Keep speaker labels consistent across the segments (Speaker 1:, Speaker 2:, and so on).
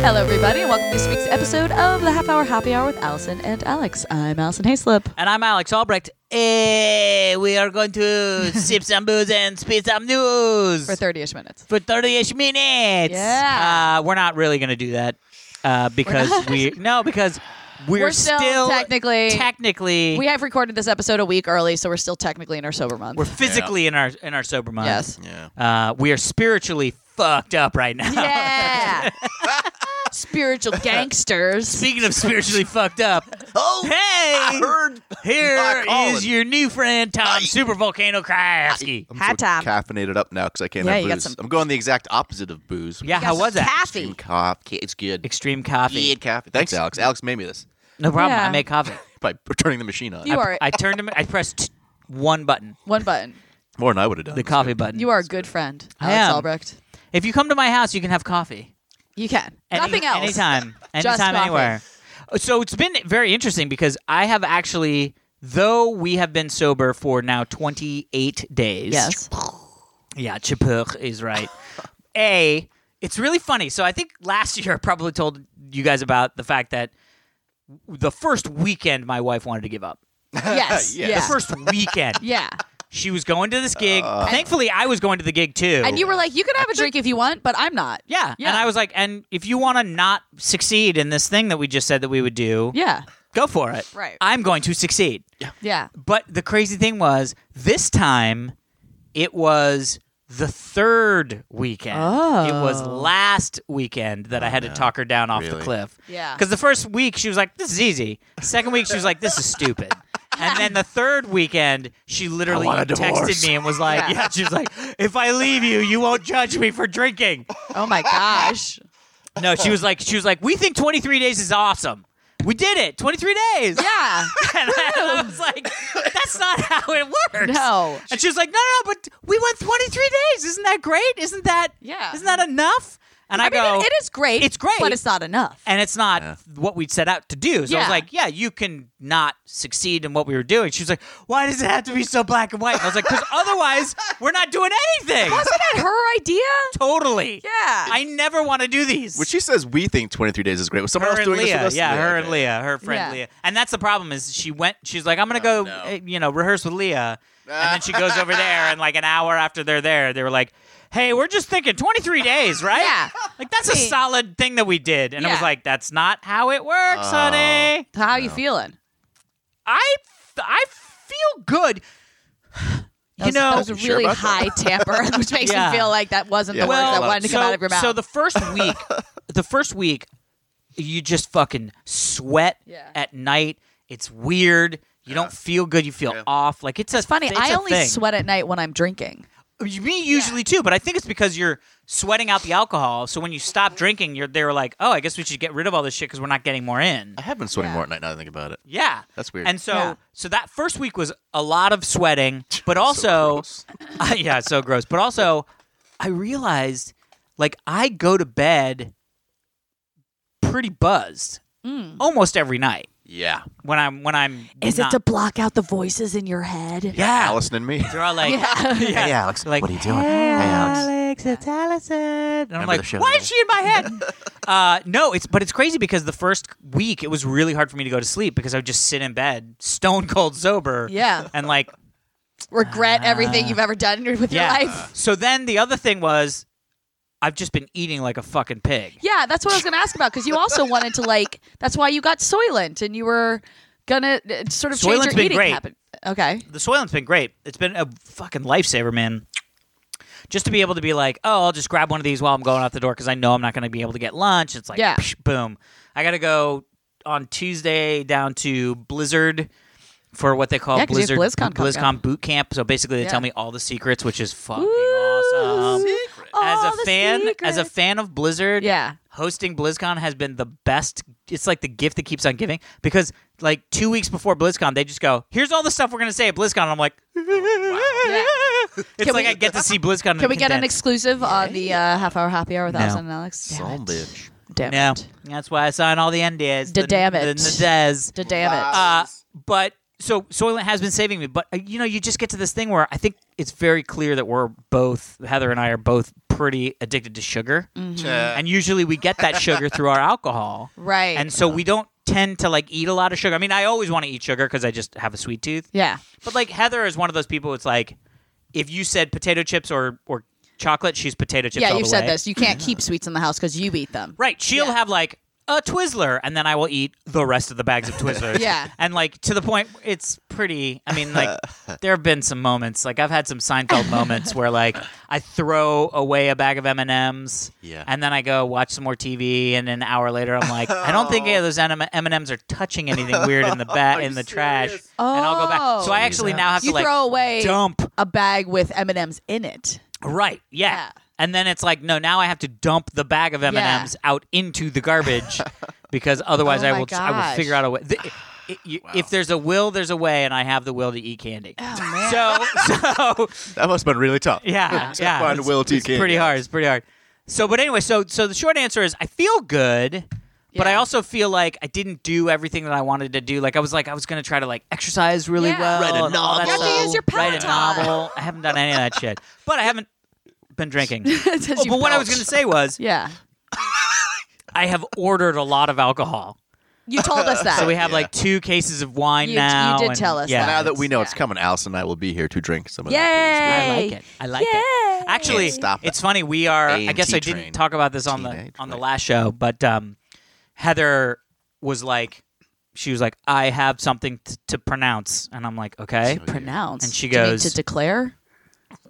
Speaker 1: Hello, everybody, and welcome to this week's episode of the Half Hour Happy Hour with Allison and Alex. I'm Allison Hayslip.
Speaker 2: And I'm Alex Albrecht. Hey, we are going to sip some booze and spit some news
Speaker 1: For 30 ish minutes.
Speaker 2: for 30-ish minutes.
Speaker 1: Yeah.
Speaker 2: Uh, we're not really going to do that uh, because
Speaker 1: not?
Speaker 2: we no because we're,
Speaker 1: We're still technically-
Speaker 2: technically
Speaker 1: We have recorded this episode a week early, so we're still technically in our sober month.
Speaker 2: we're physically in our in our sober month.
Speaker 1: yes.
Speaker 3: Yeah.
Speaker 2: Uh, we are spiritually fucked up right now.
Speaker 1: Yeah. Spiritual gangsters.
Speaker 2: Speaking of spiritually fucked up,
Speaker 3: Oh,
Speaker 2: hey,
Speaker 3: I heard.
Speaker 2: here
Speaker 3: Not calling.
Speaker 2: is your new friend Tom Super Volcano Krajewski.
Speaker 3: I'm
Speaker 1: High time.
Speaker 3: caffeinated up now because I can't
Speaker 1: Yeah,
Speaker 3: have
Speaker 1: you got
Speaker 3: booze.
Speaker 1: some-
Speaker 3: I'm going the exact opposite of booze.
Speaker 2: Yeah, how was that?
Speaker 1: Taffy.
Speaker 3: Coffee. It's good.
Speaker 2: Extreme coffee.
Speaker 3: Good coffee. Thanks, Alex. Alex made me this
Speaker 2: No problem.
Speaker 1: Yeah.
Speaker 2: I make coffee.
Speaker 3: by turning the machine on.
Speaker 1: You
Speaker 2: I,
Speaker 1: are-
Speaker 2: I turned him. I pressed one button,
Speaker 1: One button.
Speaker 3: More than I would have done.
Speaker 2: the coffee button.
Speaker 1: You are a good friend,
Speaker 2: I
Speaker 1: Alex
Speaker 2: am.
Speaker 1: Albrecht.
Speaker 2: If you come to my house, you can have coffee.
Speaker 1: You can.
Speaker 2: Any-
Speaker 1: Nothing else.
Speaker 2: Anytime.
Speaker 1: Just
Speaker 2: anytime.
Speaker 1: coffee.
Speaker 2: Anywhere. So it's been very interesting because I have actually, though we have been sober for now 28 days.
Speaker 1: Yes.
Speaker 2: Yeah, Chapur is right. A, it's really funny. So I think last year I probably told you guys about the fact that the first weekend my wife wanted to give up.
Speaker 1: Yes.
Speaker 3: Yeah.
Speaker 1: Yeah.
Speaker 2: The first weekend.
Speaker 1: yeah.
Speaker 2: She was going to this gig. Thankfully, I was going to the gig too.
Speaker 1: And you were like, you can have a drink if you want, but I'm not.
Speaker 2: Yeah.
Speaker 1: Yeah.
Speaker 2: And I was like, and if you want to not succeed in this thing that we just said that we would do,
Speaker 1: Yeah.
Speaker 2: go for it.
Speaker 1: Right.
Speaker 2: I'm going to succeed.
Speaker 1: Yeah.
Speaker 2: But the crazy thing was, this time it was the third weekend. It was
Speaker 1: Oh.
Speaker 2: last weekend that I had to talk her down off the
Speaker 3: Oh, Really?
Speaker 2: cliff.
Speaker 1: Yeah.
Speaker 2: Because the first week she was like, this is easy. Second week she was like, this is stupid. And then the third weekend, she literally
Speaker 3: want a
Speaker 2: texted
Speaker 3: divorce.
Speaker 2: me and was like,
Speaker 1: Yeah.
Speaker 2: yeah, she was like, if I leave you, you won't judge me for drinking.
Speaker 1: Oh my gosh.
Speaker 2: No, she was like, she was like, we think 23 days is awesome. We did it, 23 days.
Speaker 1: Yeah.
Speaker 2: And I, and I was like, that's not how it works.
Speaker 1: No.
Speaker 2: And she was like, no, no, no, but we went 23 days. Isn't that great? Isn't that,
Speaker 1: Yeah.
Speaker 2: isn't that enough? And I,
Speaker 1: I,
Speaker 2: go,
Speaker 1: mean, it, it is great.
Speaker 2: "It's great."
Speaker 1: but it's not enough.
Speaker 2: and it's not
Speaker 3: Yeah.
Speaker 2: what we'd set out to do. So I
Speaker 1: Yeah.
Speaker 2: was like, yeah, you can not succeed in what we were doing. She was like, why does it have to be so black and white? And I was like, because otherwise we're not doing anything.
Speaker 1: Wasn't that her idea?
Speaker 2: totally.
Speaker 1: Yeah.
Speaker 2: I never want to do these.
Speaker 3: When she says we think 23 days is great, was someone
Speaker 2: her
Speaker 3: else doing
Speaker 2: and
Speaker 3: this
Speaker 2: Leah,
Speaker 3: with us?
Speaker 2: yeah, her
Speaker 3: okay.
Speaker 2: and Leah, her
Speaker 1: Yeah.
Speaker 2: friend Leah, and that's the problem is she went. She's like, I'm gonna
Speaker 3: Oh,
Speaker 2: go,
Speaker 3: no.
Speaker 2: uh, you know, rehearse with Leah, and then she goes over there, and like an hour after they're there, they were like, Hey, we're just thinking 23 days, right?
Speaker 1: Yeah.
Speaker 2: like that's
Speaker 1: I
Speaker 2: a
Speaker 1: mean-
Speaker 2: solid thing that we did, and it
Speaker 1: Yeah.
Speaker 2: was like, that's not how it works,
Speaker 3: Oh.
Speaker 2: honey.
Speaker 1: How are you feeling?
Speaker 2: I I feel good.
Speaker 1: That
Speaker 2: you
Speaker 1: was, that
Speaker 2: know,
Speaker 1: was a
Speaker 3: You sure
Speaker 1: really
Speaker 3: about
Speaker 1: high
Speaker 3: that?
Speaker 1: tamper, which makes
Speaker 2: Yeah.
Speaker 1: me feel like that wasn't
Speaker 3: Yeah,
Speaker 1: the word
Speaker 3: well,
Speaker 1: that wanted to come
Speaker 2: so,
Speaker 1: out of your mouth.
Speaker 2: So the first week, the first week, you just fucking sweat
Speaker 1: Yeah.
Speaker 2: at night. It's weird. You don't feel good. You feel
Speaker 3: Yeah.
Speaker 2: off. Like it's, a
Speaker 1: Funny,
Speaker 2: It's
Speaker 1: I
Speaker 2: a
Speaker 1: only
Speaker 2: thing.
Speaker 1: sweat at night when I'm drinking.
Speaker 2: You- Me usually too, but I think it's because you're sweating out the alcohol. So when you stop drinking, you're they were like, oh, I guess we should get rid of all this shit because we're not getting more in.
Speaker 3: I have been sweating
Speaker 1: Yeah.
Speaker 3: more at night now that I think about it.
Speaker 2: Yeah,
Speaker 3: That's weird.
Speaker 2: And so,
Speaker 1: Yeah.
Speaker 2: so that first week was a lot of sweating, but
Speaker 3: So
Speaker 2: also,
Speaker 3: gross.
Speaker 2: yeah, so gross. But also, I realized like I go to bed pretty buzzed almost every night
Speaker 3: yeah.
Speaker 2: when I'm when I'm.
Speaker 1: Mm. Is it
Speaker 2: not-
Speaker 1: to block out the voices in your head?
Speaker 2: yeah?
Speaker 3: Allison and me.
Speaker 2: They're all like,
Speaker 1: Yeah.
Speaker 3: Hey, Alex,
Speaker 2: Like,
Speaker 3: what are you doing?
Speaker 2: Hey,
Speaker 3: Hey, Alex."
Speaker 2: Alex, it's Allison. And I'm
Speaker 3: Remember
Speaker 2: like,
Speaker 3: the show
Speaker 2: why
Speaker 3: today?"
Speaker 2: is she in my head? uh, no, it's but it's crazy because the first week it was really hard for me to go to sleep because I would just sit in bed, stone cold sober.
Speaker 1: Yeah.
Speaker 2: And like
Speaker 1: Regret everything you've ever done with
Speaker 2: Ah. yeah.
Speaker 1: your life.
Speaker 2: So then the other thing was, I've just been eating like a fucking pig.
Speaker 1: Yeah, that's what I was going to ask about because you also wanted to like. That's why you got Soylent and you were gonna uh, sort of change
Speaker 2: Soylent's
Speaker 1: your
Speaker 2: been
Speaker 1: eating
Speaker 2: great.
Speaker 1: habit. Okay.
Speaker 2: The Soylent's been great. It's been a fucking lifesaver, man. Just to be able to be like, oh, I'll just grab one of these while I'm going out the door because I know I'm not going to be able to get lunch. It's like,
Speaker 1: Yeah.
Speaker 2: psh, boom. I got to go on Tuesday down to Blizzard for what they call
Speaker 1: Yeah, 'cause you have
Speaker 2: Blizzard
Speaker 1: BlizzCon coming
Speaker 2: BlizzCon boot camp. So basically, they
Speaker 1: Yeah.
Speaker 2: tell me all the secrets, which is fucking
Speaker 1: Ooh.
Speaker 2: awesome.
Speaker 1: All
Speaker 2: as
Speaker 1: the
Speaker 2: a fan, as a
Speaker 1: secrets.
Speaker 2: fan of Blizzard,
Speaker 1: Yeah.
Speaker 2: hosting BlizzCon has been the best. It's like the gift that keeps on giving because like two weeks before BlizzCon, they just go, "Here's all the stuff we're gonna say at BlizzCon," and I'm like, it's
Speaker 1: Can
Speaker 2: like
Speaker 1: we-
Speaker 2: I get to see BlizzCon. in
Speaker 1: Can we get an
Speaker 2: condensed.
Speaker 1: exclusive on the uh, half hour happy hour with
Speaker 2: No.
Speaker 1: Allison and Alex? Damn
Speaker 3: Son
Speaker 1: it.
Speaker 3: bitch.
Speaker 1: Damn
Speaker 2: No,
Speaker 1: it.
Speaker 2: that's why I sign all the NDAs.
Speaker 1: Da
Speaker 2: the,
Speaker 1: damn it.
Speaker 2: the NDAs.
Speaker 1: Da damn it.
Speaker 2: Uh, but so Soylent has been saving me, but uh, you know, you just get to this thing where I think it's very clear that we're both Heather and I are both pretty addicted to sugar,
Speaker 1: Mm-hmm.
Speaker 3: Yeah.
Speaker 2: and usually we get that sugar through our alcohol,
Speaker 1: Right.
Speaker 2: and so we don't tend to like eat a lot of sugar. I mean, I always want to eat sugar because I just have a sweet tooth,
Speaker 1: yeah.
Speaker 2: but like Heather is one of those people. It's like if you said potato chips or or chocolate, she's potato chips.
Speaker 1: Yeah,
Speaker 2: all
Speaker 1: you've
Speaker 2: the
Speaker 1: said
Speaker 2: way.
Speaker 1: this. You can't keep sweets in the house because you eat them.
Speaker 2: Right. She'll
Speaker 1: Yeah.
Speaker 2: have like a Twizzler, and then I will eat the rest of the bags of Twizzlers.
Speaker 1: Yeah.
Speaker 2: And like to the point, it's pretty. I mean, like there have been some moments. Like I've had some Seinfeld moments where like I throw away a bag of M and M's.
Speaker 3: Yeah.
Speaker 2: And then I go watch some more TV, and an hour later I'm like, I don't think any of those M and M's are touching anything weird in the bat in the trash.
Speaker 3: serious?
Speaker 2: And I'll go back.
Speaker 1: Oh.
Speaker 2: So I actually now have
Speaker 1: You
Speaker 2: to like
Speaker 1: throw away
Speaker 2: dump
Speaker 1: a bag with M and M's in it.
Speaker 2: Right. Yeah.
Speaker 1: Yeah.
Speaker 2: And then it's like, no, now I have to dump the bag of M and M's out into the garbage because otherwise
Speaker 1: Oh
Speaker 2: I
Speaker 1: my
Speaker 2: will I will
Speaker 1: gosh.
Speaker 2: figure out a way. The- i- i- If there's a will, there's a way, and I have the will to eat candy.
Speaker 1: Oh,
Speaker 2: So, so
Speaker 3: That must have been really tough.
Speaker 2: yeah,
Speaker 3: To
Speaker 2: yeah.
Speaker 3: find
Speaker 2: it's-
Speaker 3: will to eat
Speaker 2: it's
Speaker 3: candy.
Speaker 2: pretty hard. It's pretty hard. So, but anyway, so so the short answer is I feel good, but I
Speaker 1: Yeah.
Speaker 2: also feel like I didn't do everything that I wanted to do. Like I was like I was gonna try to like exercise really
Speaker 1: Yeah.
Speaker 2: well,
Speaker 3: Write a
Speaker 2: and all that
Speaker 1: You have to
Speaker 2: stuff.
Speaker 1: use your
Speaker 2: write a
Speaker 1: Peloton.
Speaker 2: novel. I haven't done any of that shit, but I haven't been drinking.
Speaker 1: It says
Speaker 2: Oh,
Speaker 1: you
Speaker 2: but what I was
Speaker 1: belch.
Speaker 2: going to say was
Speaker 1: Yeah.
Speaker 2: I have ordered a lot of alcohol.
Speaker 1: You told us that.
Speaker 2: So we have
Speaker 3: Yeah.
Speaker 2: like two cases of wine
Speaker 1: You- you
Speaker 2: now.
Speaker 1: did
Speaker 2: and-
Speaker 1: tell us
Speaker 2: yeah,
Speaker 1: that.
Speaker 3: Now that we know it's
Speaker 1: Yeah.
Speaker 3: coming, Alice and I will be here to drink some of
Speaker 1: Yay!
Speaker 3: that.
Speaker 2: I like it. I like
Speaker 1: Yay.
Speaker 2: it. Actually,
Speaker 3: Can't stop
Speaker 2: it's funny. We are. I
Speaker 3: A&T
Speaker 2: guess I didn't
Speaker 3: train.
Speaker 2: talk about this on
Speaker 3: Teenage,
Speaker 2: the on the
Speaker 3: right.
Speaker 2: last show, but um, Heather was like, she was like, I have something t- to pronounce, and I'm like, okay.
Speaker 1: pronounce.
Speaker 2: And she
Speaker 1: Do you mean
Speaker 2: goes-
Speaker 1: to declare,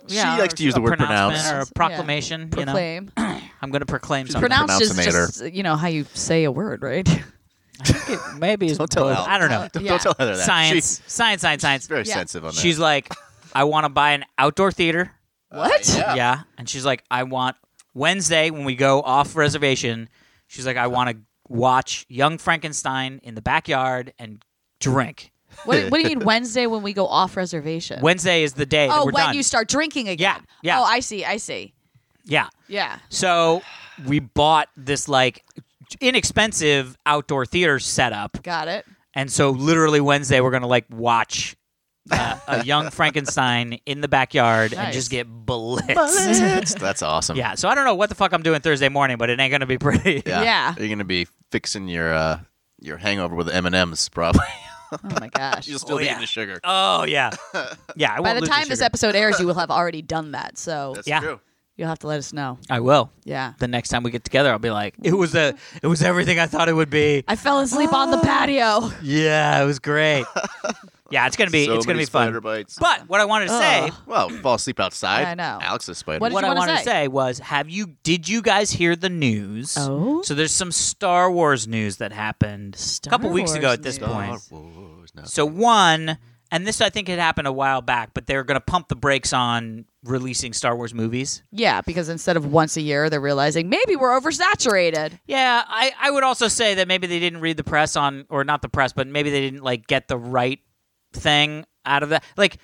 Speaker 3: She likes to
Speaker 2: or
Speaker 3: use the
Speaker 2: a
Speaker 3: word
Speaker 2: pronouncement
Speaker 3: pronounce.
Speaker 2: or a proclamation. You know,
Speaker 1: proclaim.
Speaker 2: I'm going to proclaim something.
Speaker 1: Pronounce is
Speaker 3: Pronounce-inator.
Speaker 1: just you know how you say a word, right?
Speaker 2: Maybe it's
Speaker 3: Don't tell
Speaker 2: both.
Speaker 3: Al.
Speaker 2: I don't know.
Speaker 3: Don't,
Speaker 1: Yeah.
Speaker 3: don't tell Heather that.
Speaker 2: Science, science, science,
Speaker 3: She's
Speaker 2: science.
Speaker 3: very
Speaker 1: Yeah.
Speaker 3: sensitive on that. Uh,
Speaker 2: She's like, I want to buy an outdoor theater.
Speaker 1: what?
Speaker 3: yeah.
Speaker 2: Yeah. And she's like, I want Wednesday when we go off reservation. She's like, I want to watch Young Frankenstein in the backyard and drink.
Speaker 1: What, what do you mean Wednesday when we go off reservation?
Speaker 2: Wednesday is the day. that
Speaker 1: oh,
Speaker 2: we're
Speaker 1: when
Speaker 2: done.
Speaker 1: you start drinking again.
Speaker 2: Yeah, yeah.
Speaker 1: Oh, I see. I see.
Speaker 2: yeah.
Speaker 1: Yeah.
Speaker 2: So we bought this like inexpensive outdoor theater setup,
Speaker 1: Got it.
Speaker 2: and so literally Wednesday we're gonna like watch. Uh, a young Frankenstein in the backyard and
Speaker 1: Nice.
Speaker 2: just get blitzed.
Speaker 3: That's, that's awesome.
Speaker 2: Yeah, so I don't know what the fuck I'm doing Thursday morning, but it ain't gonna be pretty.
Speaker 1: Yeah.
Speaker 3: You're gonna be fixing your uh, your hangover with M and M's probably.
Speaker 1: Oh my gosh.
Speaker 3: You'll still
Speaker 2: Oh,
Speaker 3: be
Speaker 2: yeah.
Speaker 3: eating the sugar.
Speaker 2: Oh yeah, yeah. I
Speaker 1: By
Speaker 2: won't
Speaker 1: the
Speaker 2: lose
Speaker 1: time this
Speaker 2: sugar.
Speaker 1: episode airs, you will have already done that. So
Speaker 3: That's
Speaker 2: yeah.
Speaker 3: true.
Speaker 1: you'll have to let us know.
Speaker 2: I will.
Speaker 1: Yeah.
Speaker 2: The next time we get together, I'll be like, it was a, it was everything I thought it would be.
Speaker 1: I fell asleep on
Speaker 2: Oh.
Speaker 1: the patio.
Speaker 2: Yeah, it was great. yeah, it's gonna be,
Speaker 3: so
Speaker 2: it's gonna
Speaker 3: many
Speaker 2: be fun.
Speaker 3: spider bites.
Speaker 2: But what I wanted to say,
Speaker 1: Ugh.
Speaker 3: well, fall asleep outside.
Speaker 1: I know.
Speaker 3: Alex is spider.
Speaker 1: What did
Speaker 2: what
Speaker 1: you
Speaker 2: I
Speaker 1: wanna
Speaker 2: wanted to
Speaker 1: say?
Speaker 2: say was, have you, did you guys hear the news?
Speaker 1: Oh.
Speaker 2: So there's some Star Wars news that happened a
Speaker 1: Star
Speaker 2: couple weeks ago
Speaker 1: Wars
Speaker 2: at this
Speaker 1: news.
Speaker 2: point.
Speaker 3: Star Wars, no.
Speaker 2: So one, and this I think had happened a while back, but they're gonna pump the brakes on releasing Star Wars movies.
Speaker 1: Yeah, because instead of once a year, they're realizing maybe we're oversaturated.
Speaker 2: Yeah, I, I would also say that maybe they didn't read the press on, or not the press, but maybe they didn't like get the right thing out of that. Like,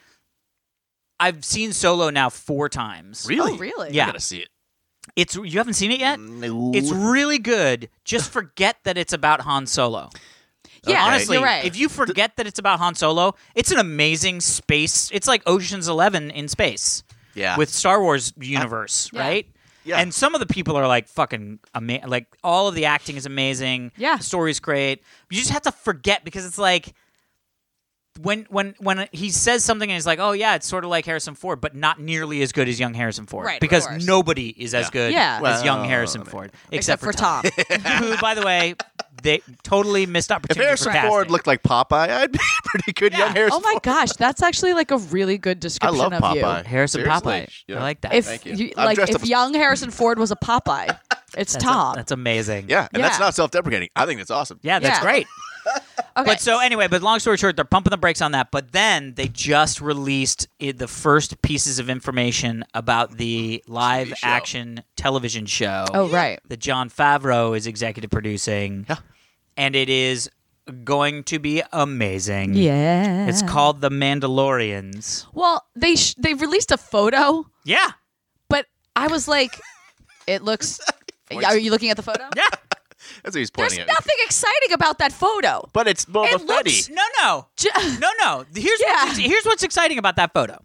Speaker 2: I've seen Solo now four times.
Speaker 3: really,
Speaker 1: Oh, really?
Speaker 3: I
Speaker 2: Yeah.
Speaker 3: gotta see it. Mm,
Speaker 2: It's you haven't seen it yet.
Speaker 3: No.
Speaker 2: It's really good. Just forget that it's about Han Solo.
Speaker 1: Yeah,
Speaker 2: Honestly,
Speaker 1: you're right.
Speaker 2: if you forget that it's about Han Solo, it's an amazing space. It's like Ocean's Eleven in space.
Speaker 3: yeah.
Speaker 2: with Star Wars universe,
Speaker 1: Yeah.
Speaker 2: right?
Speaker 3: Yeah.
Speaker 2: And some of the people are like fucking amazing. Like all of the acting is amazing.
Speaker 1: Yeah.
Speaker 2: The story's great. You just have to forget because it's like when when when he says something and he's like, oh yeah, it's sort of like Harrison Ford, but not nearly as good as young Harrison Ford.
Speaker 1: Right, of
Speaker 2: Because
Speaker 1: course.
Speaker 2: nobody is as good
Speaker 1: Yeah.
Speaker 2: as
Speaker 3: Well,
Speaker 2: young Harrison Ford, except,
Speaker 1: for Tom.
Speaker 2: who, by the way, they totally missed
Speaker 3: if
Speaker 2: opportunity. for
Speaker 3: Harrison
Speaker 2: casting.
Speaker 3: Ford looked like Popeye, I'd be a pretty good
Speaker 2: Yeah.
Speaker 3: young Harrison.
Speaker 1: oh my
Speaker 3: Ford.
Speaker 1: gosh, that's actually like a really good
Speaker 3: I
Speaker 1: description
Speaker 3: love
Speaker 1: of
Speaker 3: Popeye.
Speaker 1: you.
Speaker 2: Harrison
Speaker 3: Seriously.
Speaker 2: Popeye.
Speaker 3: Yeah.
Speaker 2: I like that.
Speaker 1: If
Speaker 3: Thank you.
Speaker 1: you-
Speaker 3: I'm
Speaker 1: like
Speaker 3: dressed
Speaker 1: if
Speaker 3: up as-
Speaker 1: young Harrison Ford was a Popeye, it's
Speaker 2: That's a-
Speaker 1: Tom.
Speaker 2: that's amazing.
Speaker 3: yeah, and that's
Speaker 1: Yeah.
Speaker 3: not self-deprecating. I think that's awesome.
Speaker 2: Yeah, that's
Speaker 1: Yeah.
Speaker 2: great.
Speaker 1: okay.
Speaker 2: But so anyway, but long story short, they're pumping the brakes on that. But then they just released i- the first pieces of information about the live
Speaker 3: TV show.
Speaker 2: action television show
Speaker 1: oh right.
Speaker 2: that John Favreau is executive producing,
Speaker 3: Yeah.
Speaker 2: and it is going to be amazing.
Speaker 1: Yeah.
Speaker 2: it's called The Mandalorians.
Speaker 1: Well, they sh- they released a photo,
Speaker 2: Yeah,
Speaker 1: but I was like, it looks. Are you looking at the photo?
Speaker 2: yeah.
Speaker 3: That's what he's
Speaker 1: There's
Speaker 3: pointing at.
Speaker 1: nothing exciting about that photo.
Speaker 3: But it's Boba
Speaker 1: It looks-
Speaker 3: Fetty.
Speaker 2: No, no,
Speaker 1: J-
Speaker 2: no, no. Here's
Speaker 1: Yeah.
Speaker 2: what's, here's what's exciting about that photo.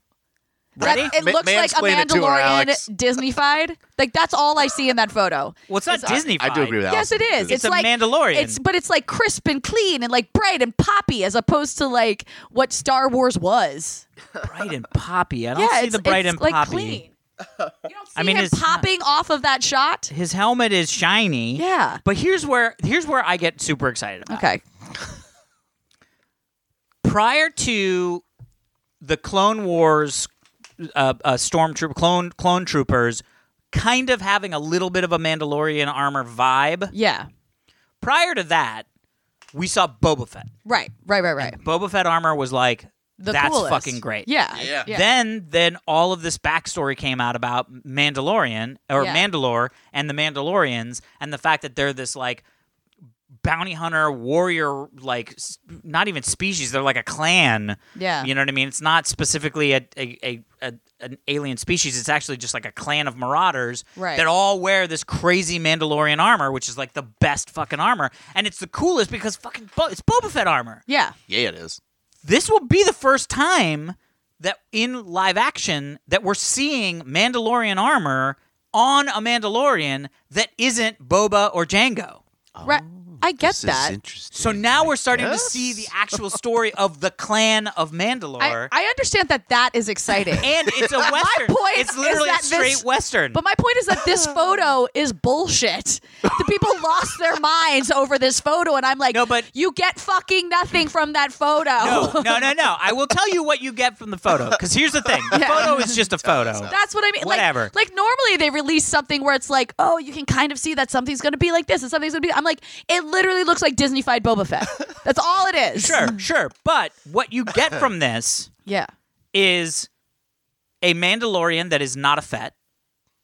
Speaker 1: That,
Speaker 2: Ready?
Speaker 1: it
Speaker 3: Ma-
Speaker 1: looks like a
Speaker 3: mansplain it to her,
Speaker 1: Mandalorian
Speaker 3: Alex.
Speaker 1: Disneyfied. Like that's all I see in that photo.
Speaker 2: Well, it's not
Speaker 1: It's- uh,
Speaker 2: Disney.
Speaker 3: I do agree with that.
Speaker 1: Yes, it is.
Speaker 3: It's
Speaker 1: It's,
Speaker 2: a
Speaker 1: like
Speaker 2: Mandalorian.
Speaker 1: It's but it's like crisp and clean and like bright and poppy, as opposed to like what Star Wars was.
Speaker 2: Bright and poppy. I don't
Speaker 1: yeah,
Speaker 2: see
Speaker 1: it's,
Speaker 2: the bright
Speaker 1: it's,
Speaker 2: and
Speaker 1: like
Speaker 2: poppy.
Speaker 1: clean. You don't see
Speaker 2: I mean,
Speaker 1: him
Speaker 2: it's not-
Speaker 1: popping off of that shot.
Speaker 2: His helmet is shiny.
Speaker 1: Yeah.
Speaker 2: But here's where here's where I get super excited about.
Speaker 1: Okay.
Speaker 2: Prior to the Clone Wars, uh, uh, stormtrooper clone clone troopers, kind of having a little bit of a Mandalorian armor vibe.
Speaker 1: Yeah.
Speaker 2: Prior to that, we saw Boba Fett.
Speaker 1: Right. Right. Right. Right.
Speaker 2: Boba Fett armor was like
Speaker 1: The
Speaker 2: that's
Speaker 1: coolest.
Speaker 2: fucking great.
Speaker 1: Yeah.
Speaker 3: Yeah.
Speaker 2: Then then all of this backstory came out about Mandalorian or
Speaker 1: Yeah.
Speaker 2: Mandalore and the Mandalorians and the fact that they're this like bounty hunter warrior like s- not even species they're like a clan
Speaker 1: Yeah.
Speaker 2: you know what i mean it's not specifically a, a, a, a an alien species it's actually just like a clan of marauders
Speaker 1: Right.
Speaker 2: that all wear this crazy mandalorian armor which is like the best fucking armor and it's the coolest because fucking Bo- it's boba fett armor
Speaker 1: yeah.
Speaker 3: Yeah, it is.
Speaker 2: this will be the first time that in live action that we're seeing Mandalorian armor on a Mandalorian that isn't Boba or Django.
Speaker 1: Right. I get
Speaker 3: Oh, This is
Speaker 1: that.
Speaker 3: interesting.
Speaker 2: So now we're starting to
Speaker 3: guess?
Speaker 2: see the actual story of the clan of
Speaker 1: I,
Speaker 2: Mandalore,
Speaker 1: I understand that that is exciting.
Speaker 2: and it's a western.
Speaker 1: point
Speaker 2: it's
Speaker 1: is
Speaker 2: literally a
Speaker 1: that this-
Speaker 2: straight western.
Speaker 1: But my point is that this photo is bullshit. The people lost their minds over this photo, and I'm like,
Speaker 2: No, but-
Speaker 1: you get fucking nothing from that photo.
Speaker 2: no, no, no, no. I will tell you what you get from the photo. Because here's the thing: the
Speaker 1: Yeah.
Speaker 2: photo is just a photo.
Speaker 1: That's what I mean. Like-
Speaker 2: Whatever.
Speaker 1: Like, normally they release something where it's like, oh, you can kind of see that something's going to be like this and something's going to be. I'm like, it literally looks like Disneyfied Boba Fett. That's all it is.
Speaker 2: Sure, sure. But what you get from this
Speaker 1: Yeah.
Speaker 2: is a Mandalorian that is not a Fett.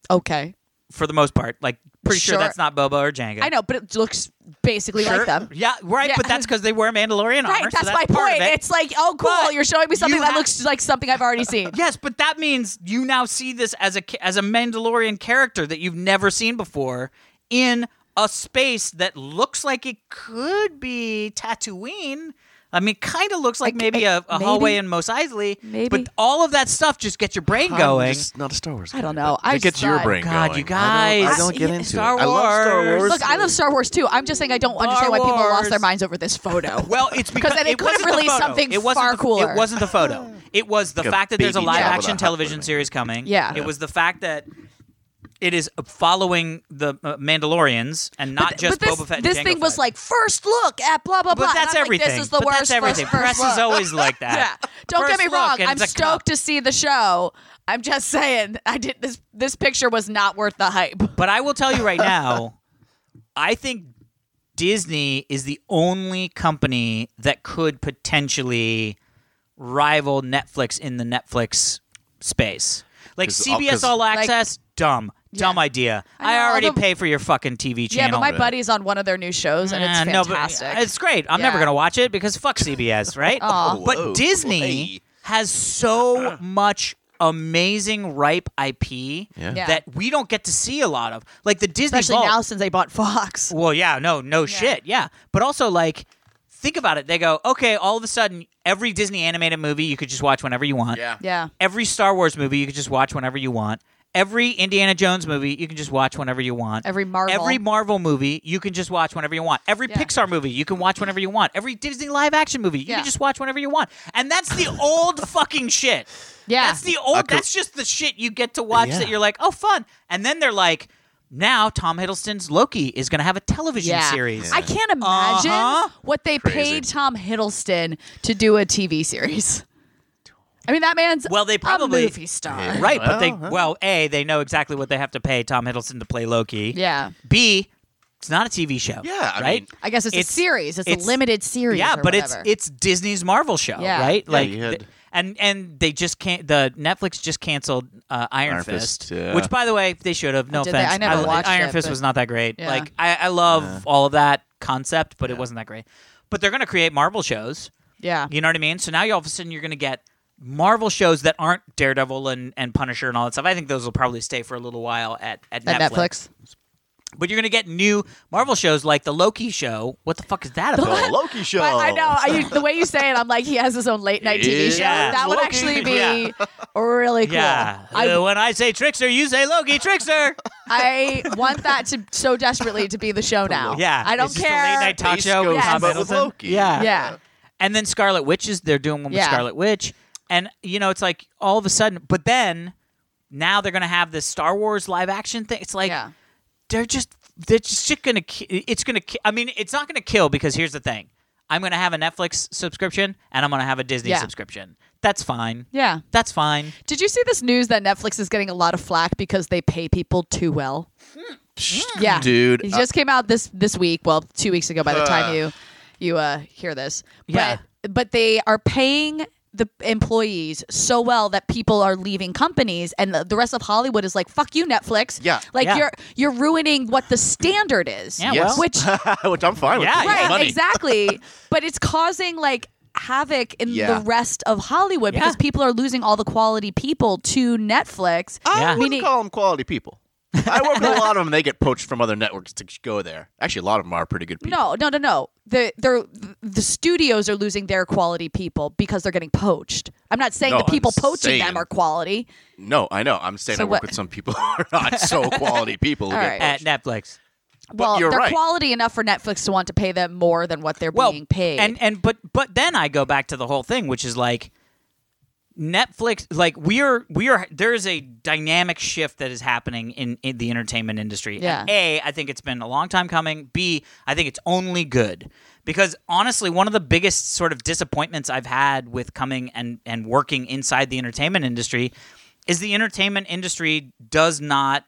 Speaker 1: Okay.
Speaker 2: for the most part. Like, pretty sure,
Speaker 1: Sure.
Speaker 2: that's not Boba or Jango.
Speaker 1: I know, but it looks basically
Speaker 2: Sure.
Speaker 1: like them.
Speaker 2: Yeah, right.
Speaker 1: Yeah.
Speaker 2: But that's because they wear Mandalorian
Speaker 1: Right,
Speaker 2: armor. so
Speaker 1: that's, my
Speaker 2: part of
Speaker 1: point.
Speaker 2: it.
Speaker 1: It's like, oh, cool,
Speaker 2: But
Speaker 1: you're showing me something
Speaker 2: you
Speaker 1: that
Speaker 2: have-
Speaker 1: looks like something I've already seen.
Speaker 2: yes, but that means you now see this as a ca- as a Mandalorian character that you've never seen before in a space that looks like it could be Tatooine. I mean, kind of looks like
Speaker 1: I-
Speaker 2: maybe
Speaker 1: I-
Speaker 2: a, a
Speaker 1: eh, maybe.
Speaker 2: hallway in Mos Eisley.
Speaker 1: Maybe.
Speaker 2: But all of that stuff just gets your brain
Speaker 3: I'm
Speaker 2: going.
Speaker 3: just not a Star Wars.
Speaker 1: I don't
Speaker 3: guy,
Speaker 1: know.
Speaker 3: but
Speaker 1: I
Speaker 3: It gets
Speaker 1: just
Speaker 3: your
Speaker 1: thought-
Speaker 3: brain
Speaker 2: God,
Speaker 3: going.
Speaker 2: you
Speaker 3: I don't, I
Speaker 2: guys.
Speaker 3: don't get into
Speaker 2: Star
Speaker 3: it. I love Star
Speaker 2: Wars.
Speaker 3: Wars.
Speaker 1: Look, I love Star Wars too. I'm just saying I don't understand why people
Speaker 2: Wars.
Speaker 1: lost their minds over this photo.
Speaker 2: Well, it's because
Speaker 1: then it
Speaker 2: it
Speaker 1: could have
Speaker 2: wasn't the
Speaker 1: released
Speaker 2: photo.
Speaker 1: something
Speaker 2: it wasn't
Speaker 1: far
Speaker 2: the,
Speaker 1: cooler.
Speaker 2: It wasn't the photo. It was the
Speaker 3: Like a
Speaker 2: fact that there's a
Speaker 3: baby
Speaker 2: live
Speaker 3: child with a
Speaker 2: action
Speaker 3: hot
Speaker 2: television
Speaker 3: woman.
Speaker 2: series coming.
Speaker 1: Yeah.
Speaker 2: It was the fact that it is following the uh, Mandalorians and not
Speaker 1: But
Speaker 2: just
Speaker 1: this,
Speaker 2: Boba Fett. and
Speaker 1: this
Speaker 2: Jango
Speaker 1: thing was
Speaker 2: Fett.
Speaker 1: like first look at blah blah blah.
Speaker 2: but
Speaker 1: and
Speaker 2: that's
Speaker 1: I'm like,
Speaker 2: everything.
Speaker 1: this is the
Speaker 2: but
Speaker 1: worst.
Speaker 2: that's everything.
Speaker 1: First, first
Speaker 2: Press
Speaker 1: look.
Speaker 2: is always like
Speaker 1: yeah.
Speaker 2: that.
Speaker 1: Don't
Speaker 2: First
Speaker 1: get me
Speaker 2: look,
Speaker 1: wrong.
Speaker 2: and
Speaker 1: I'm
Speaker 2: it's a cup.
Speaker 1: stoked to see the show. I'm just saying, I did this. This picture was not worth the hype.
Speaker 2: But I will tell you right now, I think Disney is the only company that could potentially rival Netflix in the Netflix space. Like
Speaker 3: 'Cause all-
Speaker 2: CBS
Speaker 3: 'cause-
Speaker 2: All
Speaker 1: Like-
Speaker 2: Access, dumb, dumb
Speaker 1: Yeah.
Speaker 2: idea.
Speaker 1: I know,
Speaker 2: I, already
Speaker 1: although-
Speaker 2: pay for your fucking TV
Speaker 1: Yeah,
Speaker 2: channel.
Speaker 1: but my buddy's on one of their new shows, and
Speaker 2: Eh,
Speaker 1: it's
Speaker 2: no, but
Speaker 1: fantastic.
Speaker 2: it's great. I'm
Speaker 1: Yeah.
Speaker 2: never gonna watch it because fuck CBS, right?
Speaker 1: Aw.
Speaker 2: But
Speaker 3: Whoa.
Speaker 2: Disney
Speaker 3: Hey.
Speaker 2: has so much amazing ripe IP
Speaker 1: Yeah.
Speaker 2: that we don't get to see a lot of. Like the Disney
Speaker 1: Especially
Speaker 2: Vault-
Speaker 1: now since they bought Fox.
Speaker 2: well, yeah, no, no shit, yeah. But also, like, think about it. They go, okay, all of a sudden, every Disney animated movie you could just watch whenever you want.
Speaker 3: Yeah.
Speaker 1: Yeah.
Speaker 2: Every Star Wars movie you could just watch whenever you want. Every Indiana Jones movie you can just watch whenever you want.
Speaker 1: Every Marvel.
Speaker 2: Every Marvel movie you can just watch whenever you want. Every
Speaker 1: Yeah.
Speaker 2: Pixar movie you can watch whenever you want. Every Disney live action movie you
Speaker 1: Yeah.
Speaker 2: can just watch whenever you want. And that's the old fucking shit.
Speaker 1: Yeah.
Speaker 2: That's the old.
Speaker 3: I could-
Speaker 2: that's just the shit you get to watch
Speaker 3: Yeah.
Speaker 2: that you're like, oh, fun. And then they're like, now Tom Hiddleston's Loki is going to have a television series.
Speaker 1: I can't imagine
Speaker 2: Uh-huh.
Speaker 1: what they
Speaker 3: Crazy.
Speaker 1: paid Tom Hiddleston to do a TV series. I mean, that man's
Speaker 2: Well, they
Speaker 1: a
Speaker 2: probably-
Speaker 1: movie star.
Speaker 3: Yeah.
Speaker 2: right, but they
Speaker 3: Well, huh.
Speaker 2: well, a they know exactly what they have to pay Tom Hiddleston to play Loki.
Speaker 1: Yeah.
Speaker 2: B, it's not a TV show.
Speaker 3: Yeah, I
Speaker 2: right.
Speaker 3: mean-
Speaker 1: I guess it's,
Speaker 2: It's-
Speaker 1: a series. It's,
Speaker 2: it's-
Speaker 1: a limited series.
Speaker 2: yeah,
Speaker 1: or
Speaker 2: but it's
Speaker 1: whatever.
Speaker 2: it's Disney's Marvel show,
Speaker 1: Yeah.
Speaker 2: right?
Speaker 3: Yeah,
Speaker 2: Like,
Speaker 3: you had-
Speaker 2: th- and and they just can't. The Netflix just canceled uh, Iron,
Speaker 3: Iron
Speaker 2: Fist,
Speaker 3: Fist, yeah.
Speaker 2: which, by the way, they should have. No
Speaker 1: Did they?
Speaker 2: offense,
Speaker 1: I never
Speaker 2: li-
Speaker 1: watched
Speaker 2: Iron
Speaker 1: it,
Speaker 2: Fist
Speaker 1: but-
Speaker 2: was not that great.
Speaker 1: Yeah.
Speaker 2: Like, I, I love all of that concept, but it wasn't that great. But they're going to create Marvel shows.
Speaker 1: yeah.
Speaker 2: You know what I mean? So now you all of a sudden you're going to get Marvel shows that aren't Daredevil and, and Punisher and all that stuff. I think those will probably stay for a little while at at,
Speaker 1: At Netflix.
Speaker 2: But you're gonna get new Marvel shows like the Loki show. What the fuck is that about?
Speaker 3: The Loki show.
Speaker 1: But I know I, the way you say it. I'm like he has his own late night TV show.
Speaker 2: Yeah.
Speaker 1: That would
Speaker 3: Loki.
Speaker 1: actually be really cool.
Speaker 2: Yeah. Uh,
Speaker 1: I,
Speaker 2: when I say trickster, you say Loki trickster.
Speaker 1: I want that to so desperately to be the show now.
Speaker 2: yeah.
Speaker 1: I don't
Speaker 2: it's just a
Speaker 1: care.
Speaker 2: late night talk
Speaker 3: Space
Speaker 2: show. with
Speaker 1: Ghost,
Speaker 2: Tom
Speaker 1: but
Speaker 3: with
Speaker 2: Hiddleston.
Speaker 3: Loki.
Speaker 2: Yeah.
Speaker 1: Yeah.
Speaker 2: And then Scarlet Witches, they're doing one with
Speaker 1: Yeah.
Speaker 2: Scarlet Witch. And you know, it's like all of a sudden, but then now they're gonna have this Star Wars live action thing. It's like
Speaker 1: yeah.
Speaker 2: they're just they're just shit gonna ki- it's gonna ki- I mean it's not gonna kill because here's the thing I'm gonna have a Netflix subscription and I'm gonna have a Disney
Speaker 1: Yeah.
Speaker 2: subscription that's fine
Speaker 1: Yeah.
Speaker 2: that's fine
Speaker 1: Did you see this news that Netflix is getting a lot of flack because they pay people too well? Yeah,
Speaker 3: Dude,
Speaker 1: It
Speaker 3: uh,
Speaker 1: just came out this this week. Well, two weeks ago. By the time you you uh, hear this,
Speaker 2: Yeah.
Speaker 1: But but they are paying the employees so well that people are leaving companies, and the, the rest of Hollywood is like, "Fuck you, Netflix."
Speaker 3: Yeah.
Speaker 1: like
Speaker 2: Yeah.
Speaker 1: you're you're ruining what the standard is.
Speaker 2: Yeah,
Speaker 3: Yes. well.
Speaker 1: which
Speaker 3: which I'm fine
Speaker 2: Yeah,
Speaker 3: with.
Speaker 2: yeah.
Speaker 1: right
Speaker 3: Money.
Speaker 1: exactly but it's causing like havoc in
Speaker 3: Yeah.
Speaker 1: the rest of hollywood
Speaker 2: Yeah.
Speaker 1: because people are losing all the quality people to netflix
Speaker 3: I
Speaker 2: Yeah.
Speaker 3: wouldn't
Speaker 1: Meaning-
Speaker 3: call them quality people. I work with a lot of them. They get poached from other networks to go there. Actually, a lot of them are pretty good people.
Speaker 1: no no no no the they're, the studios are losing their quality people because they're getting poached i'm not saying
Speaker 3: No,
Speaker 1: the people
Speaker 3: I'm
Speaker 1: poaching
Speaker 3: saying-
Speaker 1: them are quality
Speaker 3: No, I know. I'm saying
Speaker 1: So
Speaker 3: I work
Speaker 1: what-
Speaker 3: with some people who are not so quality people. who
Speaker 1: All
Speaker 3: get
Speaker 1: right.
Speaker 2: at Netflix
Speaker 1: well
Speaker 3: you're
Speaker 1: they're
Speaker 3: right.
Speaker 1: quality enough for netflix to want to pay them more than what they're
Speaker 2: well
Speaker 1: being paid
Speaker 2: and and but but then I go back to the whole thing which is like Netflix like we are we are there is a dynamic shift that is happening in, in the entertainment industry.
Speaker 1: Yeah.
Speaker 2: And a, I think it's been a long time coming. B, I think it's only good. Because honestly, one of the biggest sort of disappointments I've had with coming and and working inside the entertainment industry is the entertainment industry does not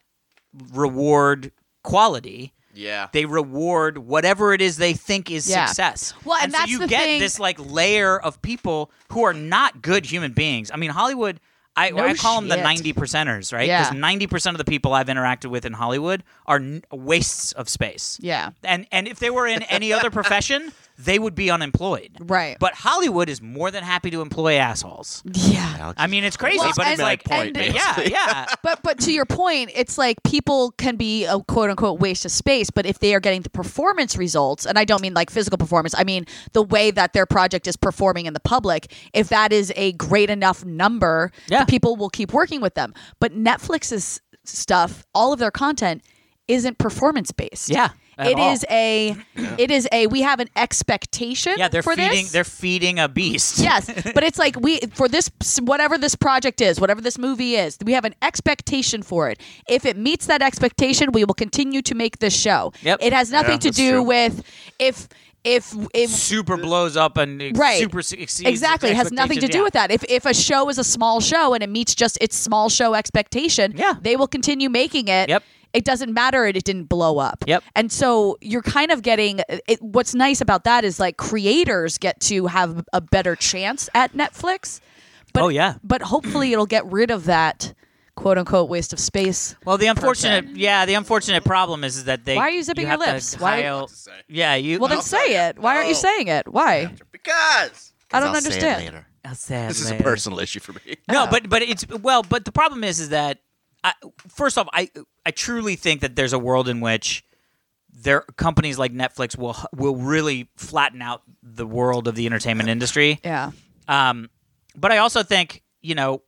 Speaker 2: reward quality
Speaker 3: Yeah.
Speaker 2: they reward whatever it is they think is
Speaker 1: Yeah.
Speaker 2: success.
Speaker 1: Well, and
Speaker 2: so
Speaker 1: that's
Speaker 2: you
Speaker 1: the
Speaker 2: get
Speaker 1: thing-
Speaker 2: this like layer of people who are not good human beings. I mean, Hollywood. I,
Speaker 1: No
Speaker 2: I call them the
Speaker 1: shit.
Speaker 2: ninety percenters, right?
Speaker 1: Yeah.
Speaker 2: Because ninety percent of the people I've interacted with in Hollywood are n- wastes of space.
Speaker 1: yeah
Speaker 2: And and if they were in any other profession, they would be unemployed.
Speaker 1: Right.
Speaker 2: But Hollywood is more than happy to employ assholes.
Speaker 1: yeah
Speaker 3: Alex
Speaker 2: I
Speaker 3: is-
Speaker 2: mean, it's crazy,
Speaker 1: Well,
Speaker 2: but
Speaker 1: and-
Speaker 2: it's like,
Speaker 1: and-
Speaker 2: and- yeah, yeah.
Speaker 1: but but to your point, it's like people can be a quote unquote waste of space, but if they are getting the performance results, and I don't mean like physical performance, I mean the way that their project is performing in the public, if that is a great enough number,
Speaker 2: Yeah.
Speaker 1: the people will keep working with them. But Netflix's stuff, all of their content isn't performance based.
Speaker 2: Yeah, at
Speaker 1: It
Speaker 2: all.
Speaker 1: is a it is a we have an expectation
Speaker 2: Yeah, they're
Speaker 1: for
Speaker 2: feeding
Speaker 1: this.
Speaker 2: they're feeding a beast.
Speaker 1: Yes, but it's like we for this whatever this project is, whatever this movie is, we have an expectation for it. If it meets that expectation, we will continue to make this show.
Speaker 2: Yep.
Speaker 1: It has nothing to
Speaker 3: Yeah, that's
Speaker 1: do
Speaker 3: true.
Speaker 1: with if if if
Speaker 2: super blows up and
Speaker 1: Right.
Speaker 2: super exceeds
Speaker 1: exactly it has nothing to do with that. If if a show is a small show and it meets just its small show expectation,
Speaker 2: Yeah.
Speaker 1: they will continue making it.
Speaker 2: Yep.
Speaker 1: It doesn't matter it, it didn't blow up.
Speaker 2: Yep.
Speaker 1: And so you're kind of getting it, what's nice about that is like creators get to have a better chance at Netflix. But,
Speaker 2: Oh, yeah.
Speaker 1: But hopefully it'll get rid of that quote unquote waste of space.
Speaker 2: Well, the unfortunate, yeah, the unfortunate problem is, is that they.
Speaker 1: Why are you zipping your
Speaker 2: have to
Speaker 1: lips? Why-
Speaker 2: Kyle-
Speaker 3: Say.
Speaker 2: yeah, you.
Speaker 1: Well, then
Speaker 2: I'll-
Speaker 1: say it. Why aren't you
Speaker 3: No.
Speaker 1: saying it? Why?
Speaker 3: Because
Speaker 1: I don't
Speaker 3: I'll say it
Speaker 1: understand.
Speaker 3: later.
Speaker 2: I'll say it
Speaker 3: This is a
Speaker 2: later.
Speaker 3: personal issue for me.
Speaker 2: No,
Speaker 1: Oh.
Speaker 2: but but it's well, but the problem is, is that I, first off, I I truly think that there's a world in which their companies like Netflix will will really flatten out the world of the entertainment industry.
Speaker 1: Yeah.
Speaker 2: Um, but I also think, you know,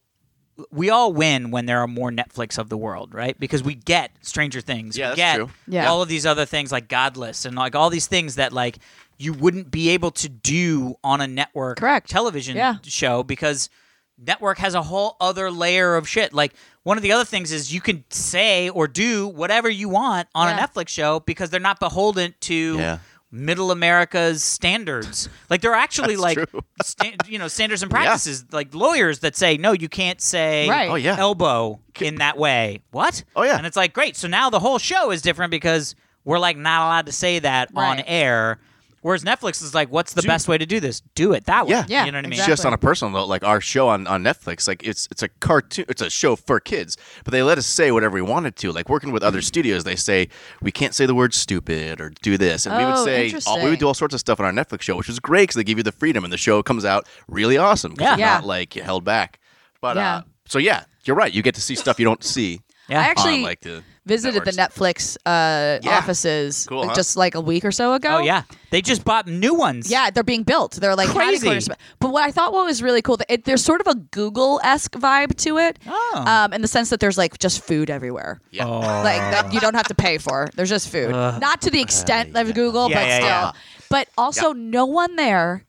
Speaker 2: we all win when there are more Netflix of the world, right? Because we get Stranger Things.
Speaker 3: Yeah,
Speaker 2: we
Speaker 3: that's
Speaker 2: get
Speaker 3: true.
Speaker 1: Yeah.
Speaker 2: all of these other things like Godless and like all these things that like you wouldn't be able to do on a network
Speaker 1: Correct.
Speaker 2: television
Speaker 1: Yeah.
Speaker 2: show because network has a whole other layer of shit. Like one of the other things is you can say or do whatever you want on
Speaker 1: Yeah.
Speaker 2: a Netflix show because they're not beholden to
Speaker 3: Yeah.
Speaker 2: middle America's standards. Like they're actually
Speaker 3: That's
Speaker 2: like
Speaker 3: true.
Speaker 2: sta- you know standards and practices like lawyers that say no you can't say
Speaker 1: Right. Oh,
Speaker 3: yeah.
Speaker 2: elbow in that way what
Speaker 3: Oh, yeah.
Speaker 2: and it's like great so now the whole show is different because we're like not allowed to say that on
Speaker 1: Right.
Speaker 2: air whereas netflix is like what's the best way to do this do it that way
Speaker 3: Yeah.
Speaker 1: Yeah,
Speaker 2: you know what i mean
Speaker 1: exactly.
Speaker 3: Just on a personal note, like our show on, on Netflix, like it's it's a cartoon, it's a show for kids, but they let us say whatever we wanted to. Like working with
Speaker 1: Mm-hmm.
Speaker 3: other studios, they say we can't say the word stupid or do this, and we
Speaker 1: Oh,
Speaker 3: would say all, we would
Speaker 1: interesting.
Speaker 3: do all sorts of stuff on our Netflix show, which was great because they give you the freedom, and the show comes out really awesome. 'cause
Speaker 2: Yeah.
Speaker 3: we're
Speaker 1: Yeah.
Speaker 3: not like held back. But
Speaker 1: Yeah.
Speaker 3: uh, so yeah, you're right. You get to see stuff you don't see
Speaker 2: Yeah.
Speaker 1: I actually
Speaker 3: on like the
Speaker 1: visited the Netflix uh,
Speaker 3: Yeah.
Speaker 1: offices
Speaker 3: Cool, huh?
Speaker 1: just like a week or so ago.
Speaker 2: Oh yeah, they just bought new ones.
Speaker 1: Yeah, they're being built. They're like
Speaker 2: Crazy.
Speaker 1: crazy. But what I thought what was really cool, that it, there's sort of a Google esque vibe to it,
Speaker 2: Oh.
Speaker 1: um, in the sense that there's like just food everywhere.
Speaker 3: Yeah.
Speaker 1: Like that you don't have to pay for. There's just food. Not to the extent of Google,
Speaker 2: Yeah,
Speaker 1: but
Speaker 2: yeah,
Speaker 1: still.
Speaker 2: yeah.
Speaker 1: But also, no one there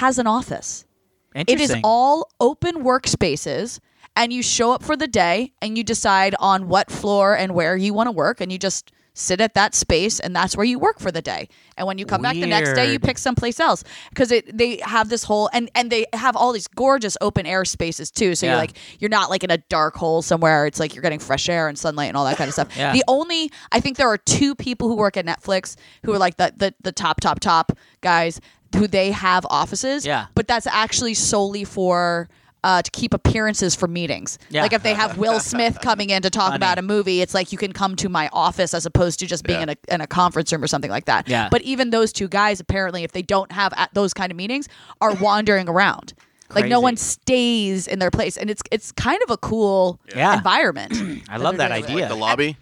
Speaker 1: has an office. It
Speaker 2: Interesting.
Speaker 1: is all open workspaces, and you show up for the day and you decide on what floor and where you want to work, and you just sit at that space, and that's where you work for the day. And when you come back the next day, you
Speaker 2: Weird.
Speaker 1: pick someplace else because they have this whole and and they have all these gorgeous open air spaces too. So
Speaker 2: Yeah.
Speaker 1: you're like you're not like in a dark hole somewhere. It's like you're getting fresh air and sunlight and all that kind of stuff.
Speaker 2: Yeah.
Speaker 1: The only I think there are two people who work at Netflix who are like the the, the top top top guys who they have offices
Speaker 2: Yeah.
Speaker 1: but that's actually solely for uh, to keep appearances for meetings.
Speaker 2: Yeah.
Speaker 1: Like if they have Will Smith coming in to talk about a movie, it's like you can come to my office as opposed to just being
Speaker 3: Yeah.
Speaker 1: in, a, in a conference room or something like that.
Speaker 2: Yeah.
Speaker 1: But even those two guys, apparently, if they don't have at those kind of meetings, are wandering around. Like no
Speaker 2: Crazy.
Speaker 1: one stays in their place, and it's it's kind of a cool
Speaker 2: Yeah.
Speaker 1: environment.
Speaker 2: I love
Speaker 1: they're
Speaker 2: that
Speaker 1: doing it.
Speaker 2: idea.
Speaker 3: Like the lobby.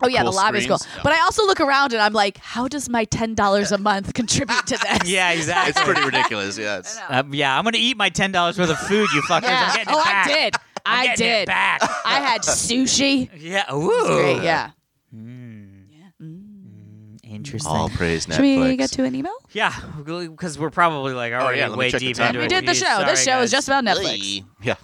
Speaker 1: oh yeah,
Speaker 3: cool
Speaker 1: the lobby's cool.
Speaker 3: screens. Yeah.
Speaker 1: But I also look around and I'm like, how does my ten dollars a month contribute to this?
Speaker 2: yeah, exactly.
Speaker 3: It's pretty ridiculous. Yeah. It's,
Speaker 2: Uh, yeah, I'm gonna eat my ten dollars worth of food. You fuckers.
Speaker 1: Yeah.
Speaker 2: I'm getting it
Speaker 1: oh,
Speaker 2: back.
Speaker 1: I did.
Speaker 2: I'm
Speaker 1: I
Speaker 2: getting it
Speaker 1: did.
Speaker 2: back.
Speaker 1: I had sushi.
Speaker 2: Yeah.
Speaker 1: Great,
Speaker 2: Ooh.
Speaker 1: yeah.
Speaker 2: Interesting.
Speaker 1: Oh.
Speaker 3: all praise Netflix.
Speaker 1: Should we get to an email?
Speaker 2: Yeah, because we're probably like already
Speaker 3: Oh, yeah, let me
Speaker 2: way
Speaker 3: check the
Speaker 2: deep
Speaker 3: time.
Speaker 2: into
Speaker 1: we
Speaker 2: it.
Speaker 1: did the
Speaker 2: Jeez,
Speaker 1: show.
Speaker 2: Sorry,
Speaker 1: this show is
Speaker 2: guys.
Speaker 1: just about Netflix.
Speaker 3: Yeah.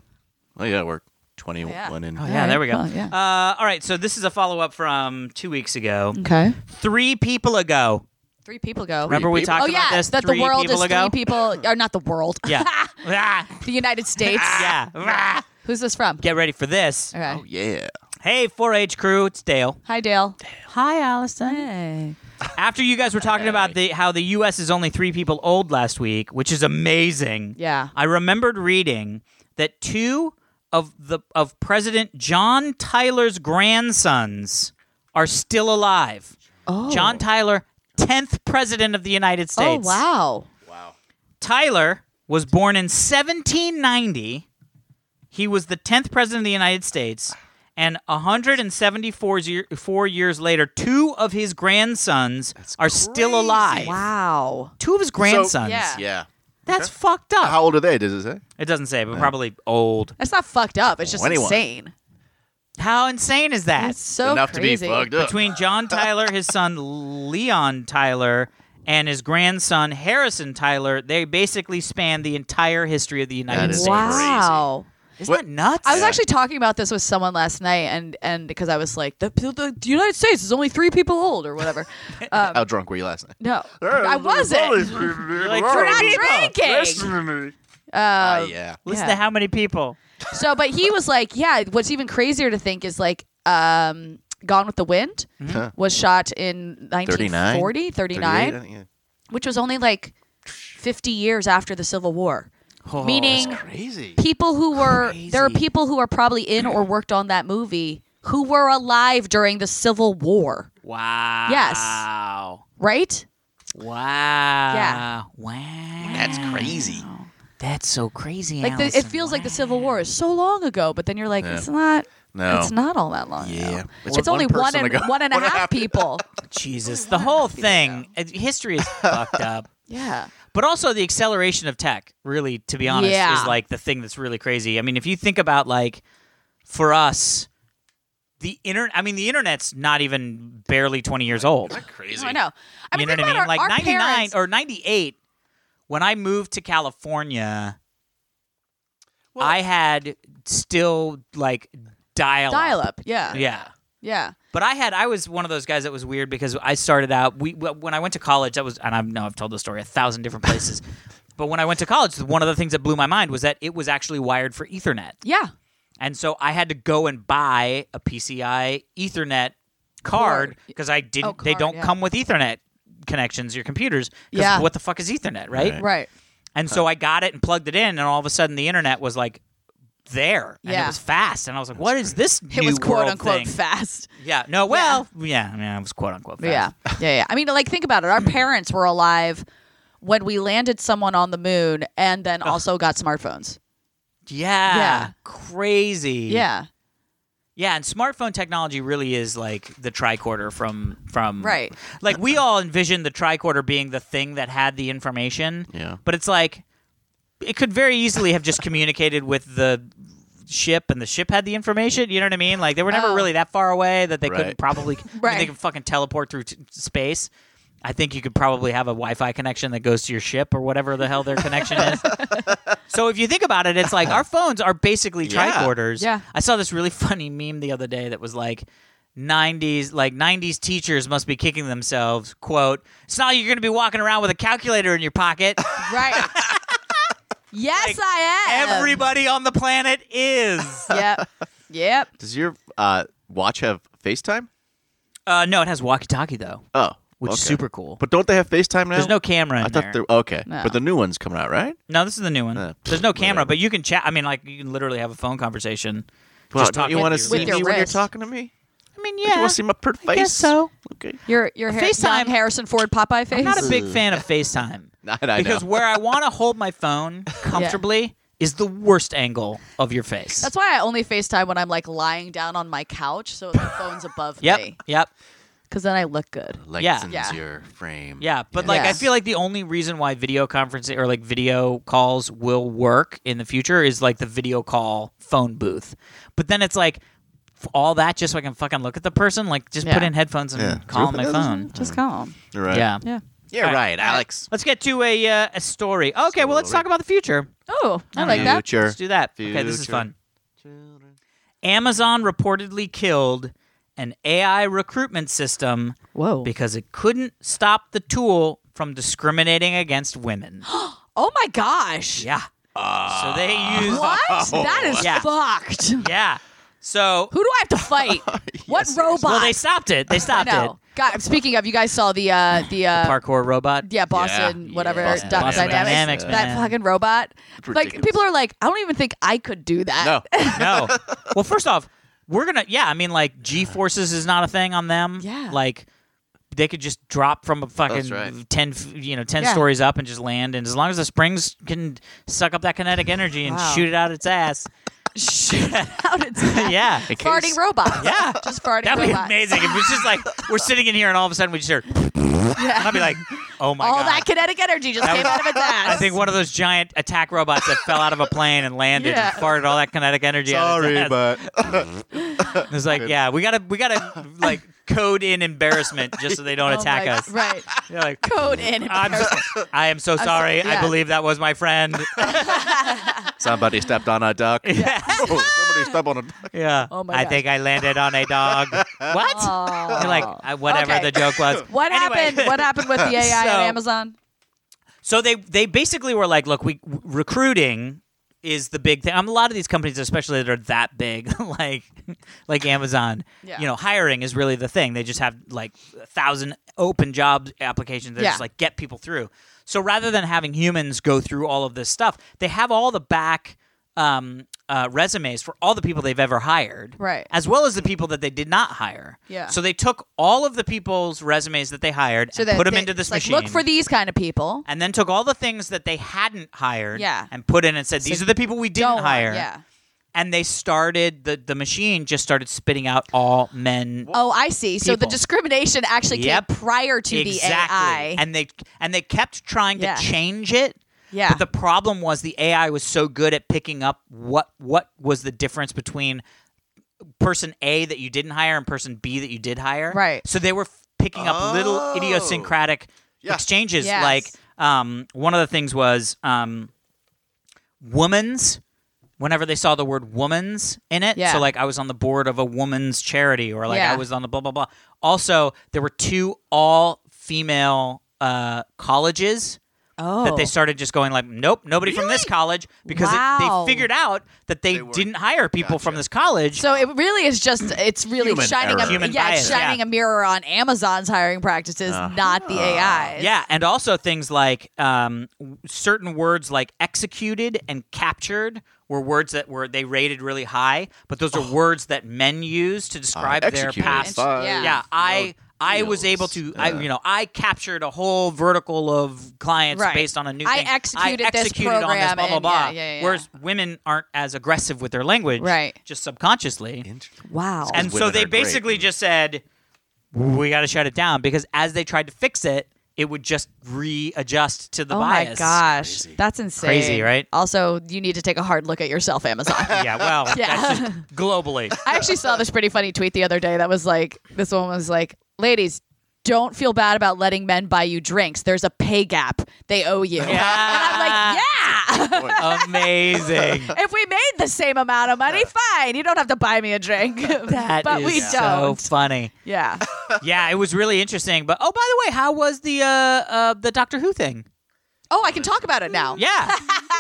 Speaker 3: Oh yeah, we're twenty-one in.
Speaker 2: Oh, yeah, there we go.
Speaker 1: Well, yeah.
Speaker 2: Uh, all right, so this is a follow up from two weeks ago.
Speaker 1: Okay.
Speaker 2: Three people ago.
Speaker 1: Three people go.
Speaker 2: Remember we
Speaker 3: people?
Speaker 2: talked
Speaker 1: oh yeah,
Speaker 2: about this?
Speaker 1: that
Speaker 2: three
Speaker 1: the world
Speaker 2: people
Speaker 1: is
Speaker 2: ago?
Speaker 1: three people, or not the world.
Speaker 2: Yeah. Ah,
Speaker 1: the United States.
Speaker 2: yeah. Ah.
Speaker 1: Who's this from?
Speaker 2: Get ready for this.
Speaker 1: Okay.
Speaker 3: Oh yeah.
Speaker 2: Hey, 4 H crew, it's Dale.
Speaker 1: Hi, Dale.
Speaker 2: Hi, Allison.
Speaker 1: Hey.
Speaker 2: After you guys were talking about the how the U.S. is only three people old last week, which is amazing.
Speaker 1: Yeah.
Speaker 2: I remembered reading that two of the of President John Tyler's grandsons are still alive.
Speaker 1: Oh.
Speaker 2: John Tyler, tenth president of the United
Speaker 1: Oh
Speaker 2: States.
Speaker 1: wow.
Speaker 2: Tyler was born in 1790. He was the 10th president of the United States. And 174 year, four years later, two of his grandsons are still alive.
Speaker 1: Wow.
Speaker 2: Two of his grandsons.
Speaker 1: Yeah.
Speaker 3: Yeah.
Speaker 2: That's fucked up.
Speaker 3: How old are they? Does it say?
Speaker 2: it doesn't say, but probably old.
Speaker 1: That's not fucked up. It's just
Speaker 3: 21.
Speaker 1: insane.
Speaker 2: How insane is that?
Speaker 1: That's so
Speaker 3: Enough
Speaker 1: crazy.
Speaker 3: to be fucked up.
Speaker 2: Between John Tyler, his son Leon Tyler, and his grandson Harrison Tyler, they basically span the entire history of the United
Speaker 3: That is
Speaker 2: States.
Speaker 1: Wow.
Speaker 2: Isn't
Speaker 3: What-
Speaker 2: that nuts?
Speaker 1: I was actually talking about this with someone last night, and and because I was like, the, the, the United States is only three people old, or whatever. Um,
Speaker 3: How drunk were you last night?
Speaker 1: no, I wasn't.
Speaker 2: like,
Speaker 1: We're
Speaker 2: three
Speaker 1: not
Speaker 2: people.
Speaker 1: drinking.
Speaker 3: Ah,
Speaker 1: Uh,
Speaker 3: yeah.
Speaker 2: Listen
Speaker 1: Yeah.
Speaker 2: to how many people.
Speaker 1: so, but he was like, yeah. What's even crazier to think is like, um, Gone with the Wind
Speaker 3: Huh.
Speaker 1: was shot in
Speaker 3: 39?
Speaker 1: 1940,
Speaker 3: 38, I
Speaker 1: 39,
Speaker 3: think, yeah.
Speaker 1: which was only like 50 years after the Civil War. Meaning,
Speaker 3: Oh, Crazy.
Speaker 1: people who were there are
Speaker 2: Crazy.
Speaker 1: people who are probably in or worked on that movie who were alive during the Civil War,
Speaker 2: Wow.
Speaker 1: Yes.
Speaker 2: Wow.
Speaker 1: right?
Speaker 2: Wow.
Speaker 1: Yeah.
Speaker 2: Wow.
Speaker 3: That's crazy.
Speaker 2: That's so crazy.
Speaker 1: Like the, it
Speaker 2: Allison.
Speaker 1: feels like the Civil War is so long ago, but then you're like,
Speaker 3: Yeah.
Speaker 1: it's not.
Speaker 3: No.
Speaker 1: It's not all that long.
Speaker 3: Yeah.
Speaker 1: ago.
Speaker 3: It's
Speaker 1: it's,
Speaker 3: one
Speaker 1: only one
Speaker 3: person
Speaker 1: and
Speaker 3: ago.
Speaker 1: one and a
Speaker 3: One and a
Speaker 1: half
Speaker 3: half.
Speaker 1: people.
Speaker 2: Jesus. The whole thing. it- History is fucked up.
Speaker 1: Yeah,
Speaker 2: But also the acceleration of tech, really, to be honest,
Speaker 1: Yeah.
Speaker 2: is like the thing that's really crazy. I mean, if you think about like for us, the internet. I mean, the internet's not even barely twenty years old.
Speaker 3: Crazy.
Speaker 1: I know. I mean,
Speaker 2: you know
Speaker 1: think
Speaker 2: what I mean?
Speaker 1: about
Speaker 2: like
Speaker 1: our, our
Speaker 2: 99
Speaker 1: parents-
Speaker 2: or 98, when I moved to California,
Speaker 3: Well-
Speaker 2: I had still like dial
Speaker 1: dial up. Yeah, yeah,
Speaker 2: Yeah. But I had I was one of those guys that was weird because I started out we when I went to college that was and I know I've told the story a thousand different places. but when I went to college, one of the things that blew my mind was that it was actually wired for ethernet.
Speaker 1: yeah.
Speaker 2: And so I had to go and buy a PCI Ethernet card
Speaker 1: Cord.
Speaker 2: because I didn't.
Speaker 1: Oh,
Speaker 2: they
Speaker 1: card,
Speaker 2: don't
Speaker 1: yeah.
Speaker 2: come with Ethernet connections your computers. 'cause
Speaker 1: Yeah.
Speaker 2: What the fuck is Ethernet, right?
Speaker 3: Right.
Speaker 1: Right.
Speaker 2: And so I got it and plugged it in, and all of a sudden the internet was like there, and it
Speaker 1: Yeah.
Speaker 2: was fast, and I was like, "What is this
Speaker 1: It
Speaker 2: new
Speaker 1: was quote
Speaker 2: world
Speaker 1: unquote
Speaker 2: thing?
Speaker 1: fast.
Speaker 2: Yeah. No. Well. Yeah. Yeah. it was quote unquote. Fast.
Speaker 1: Yeah. Yeah, yeah. I mean, like, think about it. Our parents were alive when we landed someone on the moon and then also got smartphones.
Speaker 2: Yeah.
Speaker 1: Yeah.
Speaker 2: Crazy.
Speaker 1: Yeah.
Speaker 2: Yeah, and smartphone technology really is like the tricorder from from
Speaker 1: Right.
Speaker 2: Like we all envisioned the tricorder being the thing that had the information.
Speaker 3: Yeah.
Speaker 2: But it's like it could very easily have just communicated with the ship and the ship had the information you know what i mean like they were never
Speaker 1: Oh.
Speaker 2: really that far away that they
Speaker 3: Right.
Speaker 2: couldn't probably I mean, they
Speaker 1: Right.
Speaker 2: could fucking teleport through t- space i think you could probably have a wi-fi connection that goes to your ship or whatever the hell their connection is so if you think about it, it's like our phones are basically
Speaker 3: Yeah.
Speaker 2: tricorders.
Speaker 1: Yeah.
Speaker 2: I saw this really funny meme the other day that was like 90s like 90s teachers must be kicking themselves quote it's not like you're going to be walking around with a calculator in your pocket
Speaker 1: Right. yes, I am.
Speaker 2: everybody on the planet is
Speaker 1: Yep. Yep.
Speaker 3: Does your uh, watch have FaceTime?
Speaker 2: uh, no it has walkie-talkie though
Speaker 3: Oh,
Speaker 2: which is
Speaker 3: okay.
Speaker 2: super cool
Speaker 3: But don't they have FaceTime now?
Speaker 2: there's no camera in
Speaker 3: I thought
Speaker 2: there
Speaker 3: there. Okay,
Speaker 1: No.
Speaker 3: but the new one's coming out, right?
Speaker 2: no this is the new one
Speaker 3: Uh,
Speaker 2: there's no camera
Speaker 3: whatever.
Speaker 2: but you can chat i mean like you can literally have a phone conversation
Speaker 3: Well,
Speaker 2: just
Speaker 3: don't
Speaker 2: talk
Speaker 3: you want
Speaker 2: with
Speaker 3: to see
Speaker 2: your-
Speaker 3: me
Speaker 1: your
Speaker 3: when you're
Speaker 1: wrist.
Speaker 3: talking to me?
Speaker 2: i mean
Speaker 3: Don't You
Speaker 2: yeah
Speaker 3: want to see my pretty face?
Speaker 2: I guess so
Speaker 3: Okay.
Speaker 1: Your your Har- young
Speaker 2: FaceTime-
Speaker 1: Harrison Ford Popeye face.
Speaker 2: i'm not a big fan of facetime
Speaker 3: Not, I
Speaker 2: because
Speaker 3: know.
Speaker 2: where I want to hold my phone comfortably is the worst angle of your face.
Speaker 1: That's why I only FaceTime when I'm like lying down on my couch so the phone's above
Speaker 2: yep,
Speaker 1: me
Speaker 2: yep,
Speaker 1: cuz then I look good.
Speaker 3: Lengthens
Speaker 1: Yeah.
Speaker 3: your frame.
Speaker 2: yeah. But like,
Speaker 1: Yeah.
Speaker 2: I feel like the only reason why video conferencing or like video calls will work in the future is like the video call phone booth. But then it's like f- all that just so I can fucking look at the person. Like, just put
Speaker 1: Yeah.
Speaker 2: in headphones and
Speaker 3: Yeah.
Speaker 2: call on my phone.
Speaker 1: Just calm.
Speaker 3: You're right.
Speaker 2: Yeah.
Speaker 1: Yeah.
Speaker 3: You're right, Alex.
Speaker 2: Let's get to a uh, a story. Okay, well, let's talk about the future.
Speaker 1: Oh, I like that.
Speaker 3: Future.
Speaker 2: Let's do that. Okay, this is
Speaker 3: Future.
Speaker 2: fun. Amazon reportedly killed an AI recruitment system
Speaker 1: Whoa.
Speaker 2: because it couldn't stop the tool from discriminating against women.
Speaker 1: Oh my gosh.
Speaker 2: yeah. so
Speaker 3: Ah.
Speaker 2: they used
Speaker 1: What? That is
Speaker 2: Yeah.
Speaker 1: fucked.
Speaker 2: Yeah. So
Speaker 1: Who do I have to fight? what robot?
Speaker 2: well they stopped it. They
Speaker 1: I
Speaker 2: stopped it.
Speaker 1: know. God, speaking of, you guys saw the uh the uh
Speaker 2: Parkour robot.
Speaker 1: yeah, Boston,
Speaker 3: Yeah.
Speaker 1: whatever,
Speaker 3: Yeah. Boston
Speaker 1: Dy-
Speaker 3: Dynamics.
Speaker 1: Dynamics,
Speaker 2: Dynamics,
Speaker 1: that
Speaker 2: man.
Speaker 1: fucking robot. Like
Speaker 3: Ridiculous.
Speaker 1: people are like, I don't even think I could do that.
Speaker 3: No.
Speaker 2: No. Well, first off, we're gonna yeah, I mean like G forces is not a thing on them.
Speaker 1: Yeah.
Speaker 2: Like they could just drop from a fucking
Speaker 3: That's right.
Speaker 2: ten, f- you know, ten
Speaker 1: Yeah.
Speaker 2: stories up and just land. And as long as the springs can suck up that kinetic energy and
Speaker 1: Wow.
Speaker 2: shoot it out its ass,
Speaker 1: How did that?
Speaker 2: yeah,
Speaker 3: In case-
Speaker 1: Farting robots.
Speaker 2: Yeah.
Speaker 1: Just farting
Speaker 2: That'd be
Speaker 1: robots.
Speaker 2: amazing if it's just like we're sitting in here and all of a sudden we just hear, and I'd be like, oh my
Speaker 1: All
Speaker 2: god.
Speaker 1: that kinetic energy just came out of its ass.
Speaker 2: I think one of those giant attack robots that fell out of a plane and landed
Speaker 1: Yeah.
Speaker 2: and farted all that kinetic energy.
Speaker 3: Sorry,
Speaker 2: out of
Speaker 3: but
Speaker 2: it was like, yeah, we gotta, we gotta like code in embarrassment just so they don't
Speaker 1: Oh
Speaker 2: attack
Speaker 1: my-
Speaker 2: us.
Speaker 1: Right.
Speaker 2: They're like,
Speaker 1: Code in.
Speaker 2: I'm, so- I am so sorry.
Speaker 1: yeah.
Speaker 2: I believe that was my friend.
Speaker 3: somebody stepped on a duck.
Speaker 2: yeah.
Speaker 3: oh, somebody stepped on a duck.
Speaker 2: yeah.
Speaker 1: Oh my
Speaker 2: I
Speaker 1: gosh.
Speaker 2: think I landed on a dog. what?
Speaker 1: Oh.
Speaker 2: You're like I, whatever
Speaker 1: Okay.
Speaker 2: the joke was.
Speaker 1: What
Speaker 2: Anyway.
Speaker 1: happened? What happened with the AI
Speaker 2: So-
Speaker 1: on Amazon?
Speaker 2: So they they basically were like, look, we w- recruiting is the big thing. Um, a lot of these companies, especially that are that big, like like Amazon,
Speaker 1: Yeah.
Speaker 2: you know, hiring is really the thing. They just have like a thousand open job applications. They're
Speaker 1: Yeah.
Speaker 2: just like get people through. So rather than having humans go through all of this stuff, they have all the back um, uh, resumes for all the people they've ever hired,
Speaker 1: Right.
Speaker 2: As well as the people that they did not hire.
Speaker 1: Yeah.
Speaker 2: So they took all of the people's resumes that they hired
Speaker 1: So
Speaker 2: and
Speaker 1: that
Speaker 2: put them
Speaker 1: they-
Speaker 2: into this
Speaker 1: it's like,
Speaker 2: machine
Speaker 1: Look for these kind of people.
Speaker 2: and then took all the things that they hadn't hired
Speaker 1: Yeah.
Speaker 2: and put in and said these are the people we didn't
Speaker 1: Don't
Speaker 2: hire
Speaker 1: Oh, Yeah.
Speaker 2: and they started the the machine just started spitting out all men
Speaker 1: Oh, I see. So the
Speaker 2: People.
Speaker 1: discrimination actually
Speaker 2: Yep.
Speaker 1: came prior to the
Speaker 2: exactly
Speaker 1: AI.
Speaker 2: and they and they kept trying
Speaker 1: Yeah.
Speaker 2: to change it
Speaker 1: yeah.
Speaker 2: but the problem was the AI was so good at picking up what what was the difference between person A that you didn't hire and person B that you did hire.
Speaker 1: Right.
Speaker 2: So they were f- picking up little
Speaker 3: Oh.
Speaker 2: idiosyncratic
Speaker 3: Yeah.
Speaker 2: exchanges.
Speaker 1: Yes.
Speaker 2: Like um, one of the things was um, woman's. Whenever they saw the word "woman's" in it,
Speaker 1: Yeah.
Speaker 2: so like I was on the board of a woman's charity, or like
Speaker 1: Yeah.
Speaker 2: I was on the blah blah blah. Also, there were two all female uh, colleges
Speaker 1: oh.
Speaker 2: that they started just going like, nope, nobody from this college because
Speaker 1: Wow.
Speaker 2: it, they figured out that they,
Speaker 3: weren't-
Speaker 2: didn't hire people from this college.
Speaker 1: So it really is just it's really
Speaker 3: Human
Speaker 1: shining
Speaker 3: error.
Speaker 1: a
Speaker 2: Human
Speaker 1: yeah, it's
Speaker 2: bias, yeah.
Speaker 1: shining a mirror on Amazon's hiring practices, not the AI's.
Speaker 2: yeah, and also things like um, w- certain words like executed and captured were words that were they rated
Speaker 1: Oh.
Speaker 2: really high, but those are words that men use to describe their
Speaker 3: Executed
Speaker 2: past.
Speaker 3: by-
Speaker 1: Yeah.
Speaker 2: Yeah, I I was
Speaker 3: Deals.
Speaker 2: able to, I
Speaker 3: Yeah.
Speaker 2: you know, I captured a whole vertical of clients
Speaker 1: Right.
Speaker 2: based on a new.
Speaker 1: I
Speaker 2: thing.
Speaker 1: executed
Speaker 2: I
Speaker 1: this
Speaker 2: executed on this,
Speaker 1: program
Speaker 2: blah blah
Speaker 1: and-
Speaker 2: blah.
Speaker 1: yeah, yeah, yeah.
Speaker 2: Whereas women aren't as aggressive with their language,
Speaker 1: Right.
Speaker 2: Just subconsciously,
Speaker 3: Interesting.
Speaker 1: Wow.
Speaker 2: and so
Speaker 3: women
Speaker 2: they
Speaker 3: are great.
Speaker 2: basically just said, "We got to shut it down," because as they tried to fix it, it would just readjust to the
Speaker 1: oh
Speaker 2: bias.
Speaker 1: my gosh,
Speaker 3: Crazy.
Speaker 1: that's insane.
Speaker 2: Crazy, right?
Speaker 1: Also, you need to take a hard look at yourself, Amazon.
Speaker 2: Yeah, well,
Speaker 1: Yeah.
Speaker 2: that's just globally.
Speaker 1: I actually saw this pretty funny tweet the other day that was like, this woman was like, ladies, don't feel bad about letting men buy you drinks. There's a pay gap they owe you. And I'm like, yeah.
Speaker 2: Amazing.
Speaker 1: if we made the same amount of money, fine. You don't have to buy me a drink.
Speaker 2: That
Speaker 1: but
Speaker 2: is
Speaker 1: we
Speaker 2: so
Speaker 1: don't.
Speaker 2: funny.
Speaker 1: yeah.
Speaker 2: Yeah, it was really interesting. But oh, by the way, how was the uh, uh the Doctor Who thing?
Speaker 1: Oh, I can talk about it now.
Speaker 2: Yeah,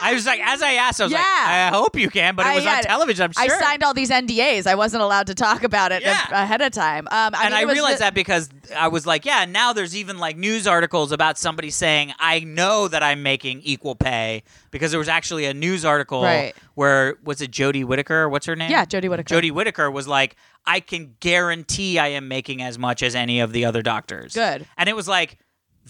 Speaker 2: I was like, as I asked, I was like,
Speaker 1: Yeah.
Speaker 2: I hope you can, but it
Speaker 1: I-
Speaker 2: was
Speaker 1: yeah,
Speaker 2: on television. I'm
Speaker 1: I
Speaker 2: sure.
Speaker 1: signed all these NDAs. I wasn't allowed to talk about it
Speaker 2: Yeah.
Speaker 1: a- ahead of time. Um, I
Speaker 2: and
Speaker 1: mean,
Speaker 2: I
Speaker 1: it was
Speaker 2: realized
Speaker 1: the-
Speaker 2: that because I was like, yeah, now there's even like news articles about somebody saying, I know that I'm making equal pay because there was actually a news article
Speaker 1: Right.
Speaker 2: where, was it Jodie Whittaker? What's her name?
Speaker 1: Yeah, Jodie Whittaker.
Speaker 2: Jodie Whittaker was like, I can guarantee I am making as much as any of the other doctors.
Speaker 1: Good.
Speaker 2: And it was like,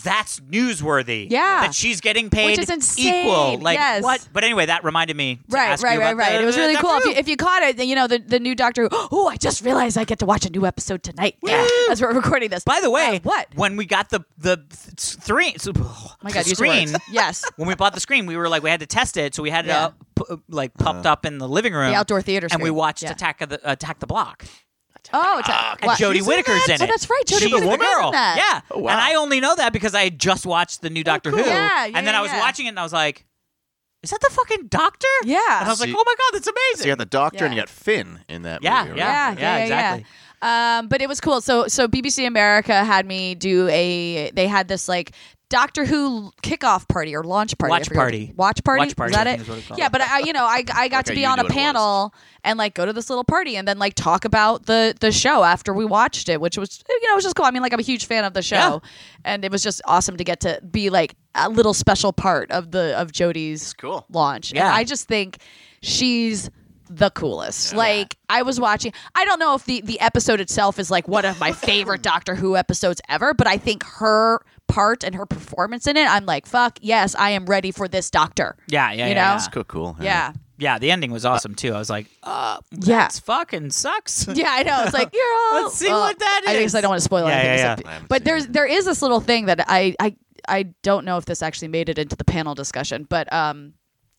Speaker 2: that's newsworthy.
Speaker 1: Yeah.
Speaker 2: That she's getting paid
Speaker 1: Which is insane.
Speaker 2: equal. Like,
Speaker 1: Yes.
Speaker 2: what? But anyway, that reminded me. To
Speaker 1: Right,
Speaker 2: ask
Speaker 1: right,
Speaker 2: you
Speaker 1: right,
Speaker 2: about
Speaker 1: right.
Speaker 2: the-
Speaker 1: it was really
Speaker 2: Doctor
Speaker 1: cool. If
Speaker 2: Who.
Speaker 1: you, if you caught it, then, you know, the, the new Doctor Who. Oh, I just realized I get to watch a new episode tonight. Yeah, as we're recording this.
Speaker 2: By the way,
Speaker 1: Uh, what?
Speaker 2: When we got the the th- three, oh
Speaker 1: my God, use your
Speaker 2: screen.
Speaker 1: words. Yes.
Speaker 2: when we bought the screen, we were like, we had to test it, so we had it
Speaker 1: Yeah.
Speaker 2: up, pu- like pumped up in the living room,
Speaker 1: The outdoor theater
Speaker 2: and we
Speaker 1: screen.
Speaker 2: watched
Speaker 1: Yeah.
Speaker 2: Attack of the Attack the Block.
Speaker 1: Oh, it's
Speaker 2: And Jodie Whittaker's in it.
Speaker 1: Oh, that's right. Jodie
Speaker 2: She's
Speaker 1: Whittaker's
Speaker 2: the girl.
Speaker 1: in that. Oh,
Speaker 2: Yeah.
Speaker 3: Oh, wow.
Speaker 2: And I only know that because I had just watched the new Doctor
Speaker 1: cool.
Speaker 2: Who,
Speaker 1: Yeah, yeah,
Speaker 2: and then I was
Speaker 1: yeah.
Speaker 2: watching it, and I was like, is that the fucking Doctor?
Speaker 1: Yeah.
Speaker 2: And I was
Speaker 3: So
Speaker 2: like,
Speaker 3: you-
Speaker 2: oh my god, that's
Speaker 3: So you
Speaker 2: amazing.
Speaker 3: got the doctor and
Speaker 1: Yeah.
Speaker 3: you got Finn in that
Speaker 2: Yeah,
Speaker 3: movie.
Speaker 2: yeah.
Speaker 1: yeah,
Speaker 3: right?
Speaker 1: yeah, yeah,
Speaker 2: exactly.
Speaker 1: yeah. Um, but it was cool. So, so BBC America had me do a. They had this like Doctor Who kickoff party or launch party. I
Speaker 2: Watch
Speaker 1: forget what-
Speaker 2: party.
Speaker 1: Watch party.
Speaker 2: Watch party,
Speaker 1: Is that
Speaker 2: I
Speaker 1: it?
Speaker 2: think is what it's called.
Speaker 1: yeah, but I, you know, I, I got
Speaker 3: Like
Speaker 1: to
Speaker 3: a
Speaker 1: be
Speaker 3: you
Speaker 1: on
Speaker 3: knew
Speaker 1: a
Speaker 3: what it was.
Speaker 1: panel and like go to this little party and then like talk about the the show after we watched it, which was you know it was just cool. I mean, like I'm a huge fan of the show,
Speaker 2: Yeah.
Speaker 1: and it was just awesome to get to be like a little special part of the of Jody's
Speaker 3: cool.
Speaker 1: launch. And
Speaker 2: Yeah.
Speaker 1: I just think she's the coolest. Like I was watching I don't know if the the episode itself is like one of my favorite Doctor Who episodes ever, but I think her part and her performance in it, I'm like, fuck, yes, I am ready for this doctor.
Speaker 2: Yeah, yeah,
Speaker 1: You
Speaker 2: yeah,
Speaker 1: know?
Speaker 2: yeah.
Speaker 3: That's cool. cool.
Speaker 1: Yeah.
Speaker 2: Yeah, the ending was awesome too. I was like, uh,
Speaker 1: Yeah.
Speaker 2: that's fucking sucks.
Speaker 1: Yeah, I know. It's like you're all. Oh,
Speaker 2: Let's see what that
Speaker 1: I
Speaker 2: is.
Speaker 1: guess I don't want to spoil
Speaker 2: Yeah,
Speaker 1: anything.
Speaker 2: yeah,
Speaker 1: except-
Speaker 3: yeah. I haven't
Speaker 1: But
Speaker 3: seen
Speaker 1: there's there is this little thing that I I I don't know if this actually made it into the panel discussion, but um.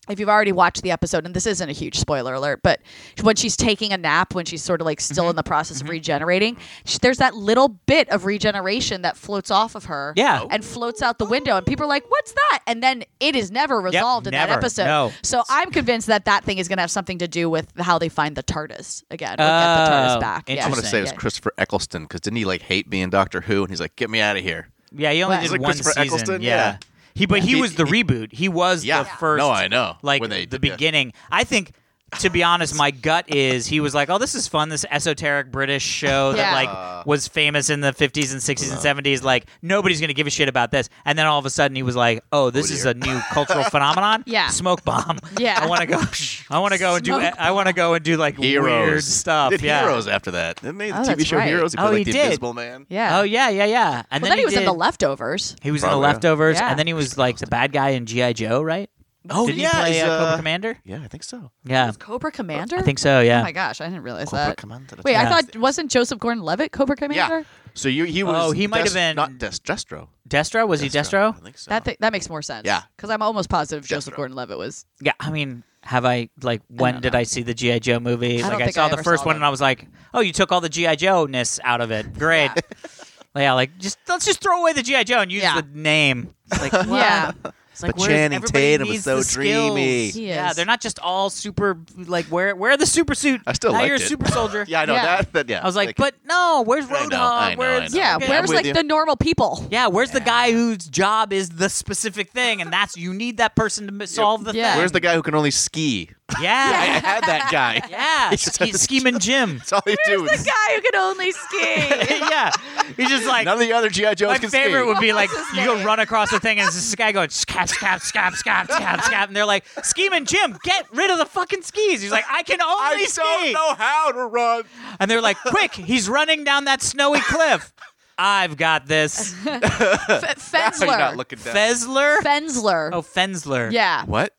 Speaker 1: If you've already watched the episode, and this isn't a huge spoiler alert, but when she's taking a nap, when she's sort of like
Speaker 2: Mm-hmm.
Speaker 1: still in the process of regenerating, sh there's that little bit of regeneration that floats off of her,
Speaker 2: Yeah.
Speaker 1: and floats out the window, and people are like, "What's that?" And then it is never resolved in that
Speaker 2: never.
Speaker 1: episode.
Speaker 2: No.
Speaker 1: So I'm convinced that that thing is going to have something to do with how they find the TARDIS again, or get the
Speaker 2: Oh,
Speaker 1: TARDIS back. Yeah.
Speaker 3: I'm gonna
Speaker 2: Interesting.
Speaker 3: say it was
Speaker 1: Yeah.
Speaker 3: Christopher Eccleston because didn't he like hate being Doctor Who? And he's like, "Get me out of here."
Speaker 2: Yeah, he only
Speaker 1: What?
Speaker 2: did
Speaker 1: Is
Speaker 3: it
Speaker 2: one
Speaker 3: Christopher
Speaker 2: season.
Speaker 3: Eccleston?
Speaker 2: Yeah.
Speaker 3: Yeah.
Speaker 2: He but he,
Speaker 3: He-
Speaker 2: was the
Speaker 3: he-
Speaker 2: reboot. He was
Speaker 3: Yeah.
Speaker 2: the first
Speaker 3: No, I know.
Speaker 2: Like
Speaker 3: When they
Speaker 2: the
Speaker 3: did that.
Speaker 2: beginning. I think to be honest, my gut is he was like, "Oh, this is fun. This esoteric British show that
Speaker 1: Yeah.
Speaker 3: Uh.
Speaker 2: like was famous in the 50s and 60s and 70s. Like nobody's gonna give a shit about this." And then all of a sudden, he was like, "Oh, this is
Speaker 3: dear.
Speaker 2: a new cultural phenomenon.
Speaker 1: Yeah.
Speaker 2: smoke bomb.
Speaker 1: Yeah.
Speaker 2: I want to go. I want to go and do. e,
Speaker 1: Smoke
Speaker 2: I want to go and do like
Speaker 3: Heroes
Speaker 2: weird stuff.
Speaker 3: Did
Speaker 2: yeah.
Speaker 3: Heroes after that. Didn't they? The
Speaker 1: Oh,
Speaker 3: TV
Speaker 1: that's
Speaker 3: show
Speaker 1: right.
Speaker 3: Heroes. He played
Speaker 2: Oh,
Speaker 3: like
Speaker 2: he
Speaker 3: the
Speaker 2: did.
Speaker 3: Invisible Man.
Speaker 1: Yeah.
Speaker 2: Oh yeah, yeah, yeah. And
Speaker 1: Well, then he was in
Speaker 2: did-
Speaker 1: the leftovers.
Speaker 2: He was in
Speaker 3: Probably,
Speaker 2: the
Speaker 3: yeah.
Speaker 2: leftovers,
Speaker 1: Yeah.
Speaker 2: and then he was like the bad guy in GI Joe, right?
Speaker 3: Oh,
Speaker 2: Did
Speaker 3: yeah,
Speaker 2: he play
Speaker 3: he's,
Speaker 2: uh, Cobra
Speaker 3: uh,
Speaker 2: Commander?
Speaker 3: Yeah, I think so.
Speaker 2: Yeah,
Speaker 1: Cobra Commander?
Speaker 2: I think so. Yeah.
Speaker 1: Oh my gosh, I didn't realize
Speaker 3: Cobra
Speaker 1: that.
Speaker 3: Commander, that's
Speaker 1: Wait, I
Speaker 2: right.
Speaker 1: thought wasn't Joseph Gordon-Levitt Cobra Commander?
Speaker 3: Yeah. So you, he was.
Speaker 2: Oh, he might have been-
Speaker 3: not Des- Destro.
Speaker 2: Destro was he Destro?
Speaker 3: I think so.
Speaker 1: That thi- that makes more sense.
Speaker 3: Uh-huh. Yeah.
Speaker 1: because I'm almost positive Joseph
Speaker 3: Jethro.
Speaker 1: Gordon-Levitt was.
Speaker 2: Yeah. I mean, have I like when did I see the GI Joe movie?
Speaker 1: I don't
Speaker 2: like I
Speaker 1: think
Speaker 2: saw
Speaker 1: I
Speaker 2: the
Speaker 1: ever
Speaker 2: first
Speaker 1: saw
Speaker 2: one,
Speaker 1: them.
Speaker 2: and I was like, oh, you took all the GI Joe ness out of it. Great. Yeah. like just let's just throw away the GI Joe and use
Speaker 1: Yeah.
Speaker 2: the name. It's like wow.
Speaker 1: Yeah.
Speaker 2: It's like,
Speaker 3: But
Speaker 2: where's-
Speaker 3: Channing
Speaker 2: everybody
Speaker 3: Tatum
Speaker 2: needs
Speaker 3: was
Speaker 2: the
Speaker 3: so
Speaker 2: skills.
Speaker 3: dreamy.
Speaker 1: He
Speaker 2: Yeah,
Speaker 1: is.
Speaker 2: they're not just all super like wear wear the super suit.
Speaker 3: I still
Speaker 2: now
Speaker 3: liked
Speaker 2: you're a
Speaker 3: it.
Speaker 2: super soldier.
Speaker 3: yeah, I know
Speaker 1: Yeah.
Speaker 3: that. That yeah.
Speaker 2: I was like, but no, where's
Speaker 3: I know,
Speaker 2: Roadhog?
Speaker 3: I know, I
Speaker 2: where's
Speaker 3: know.
Speaker 1: Yeah,
Speaker 3: Okay, I'm
Speaker 1: where's
Speaker 3: with
Speaker 1: like
Speaker 3: you.
Speaker 1: the normal people?
Speaker 2: Yeah, where's the guy whose job is the specific thing, and that's you need that person to m- solve the
Speaker 1: Yeah.
Speaker 2: thing.
Speaker 3: where's the guy who can only ski? I
Speaker 2: yeah,
Speaker 3: had that guy.
Speaker 2: yeah, Ski- scheming Jim.
Speaker 3: That's all he do.
Speaker 1: Where's the
Speaker 3: Is,
Speaker 1: guy who can only ski?
Speaker 2: yeah, he's just like
Speaker 3: none of the other GI Joes
Speaker 2: my
Speaker 3: can
Speaker 2: favorite
Speaker 3: ski.
Speaker 2: would be
Speaker 1: What
Speaker 2: like
Speaker 1: was his
Speaker 2: you go
Speaker 1: name?
Speaker 2: run across the thing, and it's this guy going scap scap scap scap scap scap, and they're like scheming Jim, get rid of the fucking skis. He's like I can only
Speaker 3: I
Speaker 2: ski,
Speaker 3: don't know how to run.
Speaker 2: and they're like quick, he's running down that snowy cliff. I've got this.
Speaker 1: F-
Speaker 3: That's why you're not
Speaker 1: Fensler.
Speaker 3: looking down.
Speaker 2: Fezler?
Speaker 1: Fensler.
Speaker 2: oh, Fensler.
Speaker 1: Yeah.
Speaker 3: what?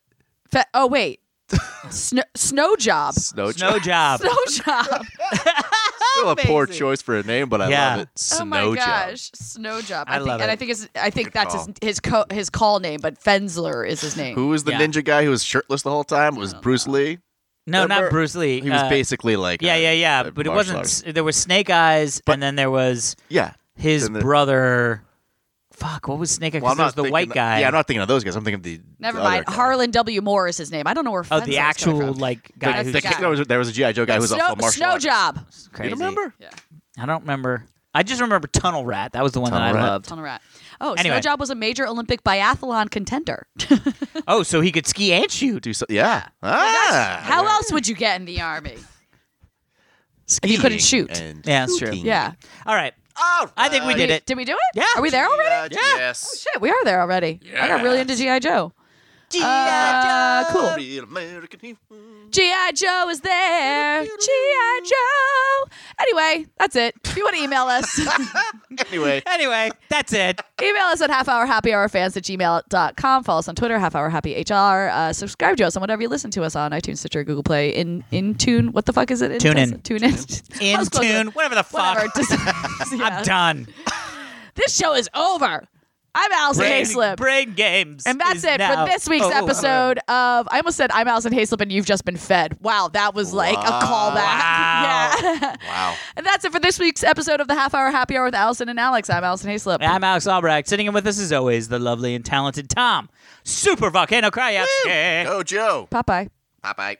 Speaker 1: Fe- oh wait. Sno- snow job.
Speaker 3: Snow
Speaker 2: Snow job.
Speaker 3: job.
Speaker 1: Snow job.
Speaker 3: Still a poor
Speaker 2: Amazing.
Speaker 3: choice for a name, but I
Speaker 2: Yeah.
Speaker 3: love it. Snow
Speaker 1: oh my
Speaker 3: job.
Speaker 1: gosh, snow job. I,
Speaker 2: I
Speaker 1: think,
Speaker 2: love
Speaker 1: and
Speaker 2: it.
Speaker 1: I think his, I think
Speaker 3: Good
Speaker 1: that's
Speaker 3: call.
Speaker 1: his his co- his call name, but Fensler is his name.
Speaker 3: Who was the
Speaker 2: Yeah.
Speaker 3: ninja guy who was shirtless the whole time? Was Bruce Lee?
Speaker 2: No,
Speaker 3: Remember?
Speaker 2: not Bruce Lee.
Speaker 3: He was uh,
Speaker 2: Uh,
Speaker 3: basically like
Speaker 2: Yeah,
Speaker 3: a-
Speaker 2: yeah, yeah.
Speaker 3: a
Speaker 2: But it
Speaker 3: martial
Speaker 2: wasn't.
Speaker 3: artist.
Speaker 2: There was Snake Eyes, and then there was
Speaker 3: Yeah.
Speaker 2: his
Speaker 3: Then the-
Speaker 2: brother. Fuck, what was Snake Eyes? 'Cause
Speaker 3: Well, I'm
Speaker 2: there
Speaker 3: not
Speaker 2: was the
Speaker 3: thinking
Speaker 2: white
Speaker 3: of-
Speaker 2: guy.
Speaker 3: yeah, I'm not thinking of those guys. I'm thinking of the.
Speaker 1: Never
Speaker 3: the other
Speaker 1: mind.
Speaker 3: guy.
Speaker 1: Harlan W. Moore is his name. I don't know where.
Speaker 2: Oh,
Speaker 1: Fensler
Speaker 2: the
Speaker 1: is coming
Speaker 2: actual
Speaker 1: from.
Speaker 2: like
Speaker 3: The-
Speaker 2: guy
Speaker 1: That's
Speaker 2: who's
Speaker 3: the
Speaker 1: guy.
Speaker 3: kid- there, was, there was a GI Joe guy who was
Speaker 1: snow,
Speaker 3: also a martial
Speaker 1: snow
Speaker 3: artist.
Speaker 1: job.
Speaker 2: crazy.
Speaker 3: You remember?
Speaker 1: Yeah.
Speaker 2: I don't remember. I just remember Tunnel Rat. That was the one
Speaker 3: Tunnel
Speaker 2: that I
Speaker 3: Rat.
Speaker 2: loved.
Speaker 1: Tunnel rat. Oh,
Speaker 2: Anyway.
Speaker 1: snow job was a major Olympic biathlon contender.
Speaker 2: Oh, so he could ski and shoot.
Speaker 3: Do so, yeah. Ah,
Speaker 1: How else would you get in the army?
Speaker 3: Skiing
Speaker 1: couldn't shoot.
Speaker 3: and
Speaker 2: Yeah, that's true.
Speaker 3: shooting.
Speaker 1: Yeah.
Speaker 2: All right.
Speaker 3: Oh,
Speaker 2: I think we did it.
Speaker 1: Did we do it?
Speaker 2: Yeah.
Speaker 1: Are we there already?
Speaker 2: Yeah. Oh,
Speaker 3: Yes.
Speaker 1: Shit, we are there already. I got really into GI Joe. Uh, cool.
Speaker 3: Real American hero.
Speaker 1: GI Joe is there. GI Joe. Anyway, that's it. If you want to email us,
Speaker 3: Anyway,
Speaker 2: Anyway, that's it.
Speaker 1: email us at halfhourhappyhourfans at gmail.com. Follow us on Twitter, halfhourhappyhr. Uh, subscribe to us on whatever you listen to us on iTunes, Stitcher, Google Play, in in tune. What the fuck is it? In,
Speaker 2: Tune in.
Speaker 1: Tune in. I
Speaker 2: In
Speaker 1: was close to-
Speaker 2: tune, whatever the fuck.
Speaker 1: Whatever. Just- yeah.
Speaker 2: I'm done.
Speaker 1: This show is over. I'm Allison
Speaker 2: Brain,
Speaker 1: Hayslip.
Speaker 2: brain games.
Speaker 1: And that's
Speaker 2: is
Speaker 1: it
Speaker 2: now
Speaker 1: for this week's
Speaker 2: over.
Speaker 1: episode of. I almost said I'm Allison Hayslip and you've just been fed. Wow, that was like a callback.
Speaker 2: Wow.
Speaker 1: Yeah.
Speaker 3: wow.
Speaker 1: and that's it for this week's episode of the Half Hour Happy Hour with Allison and Alex. I'm Allison Hayslip.
Speaker 2: I'm Alex Albrecht. Sitting in with us as always, the lovely and talented Tom, Super Volcano Kryevsky.
Speaker 3: Go Joe.
Speaker 1: Popeye.
Speaker 3: Bye bye.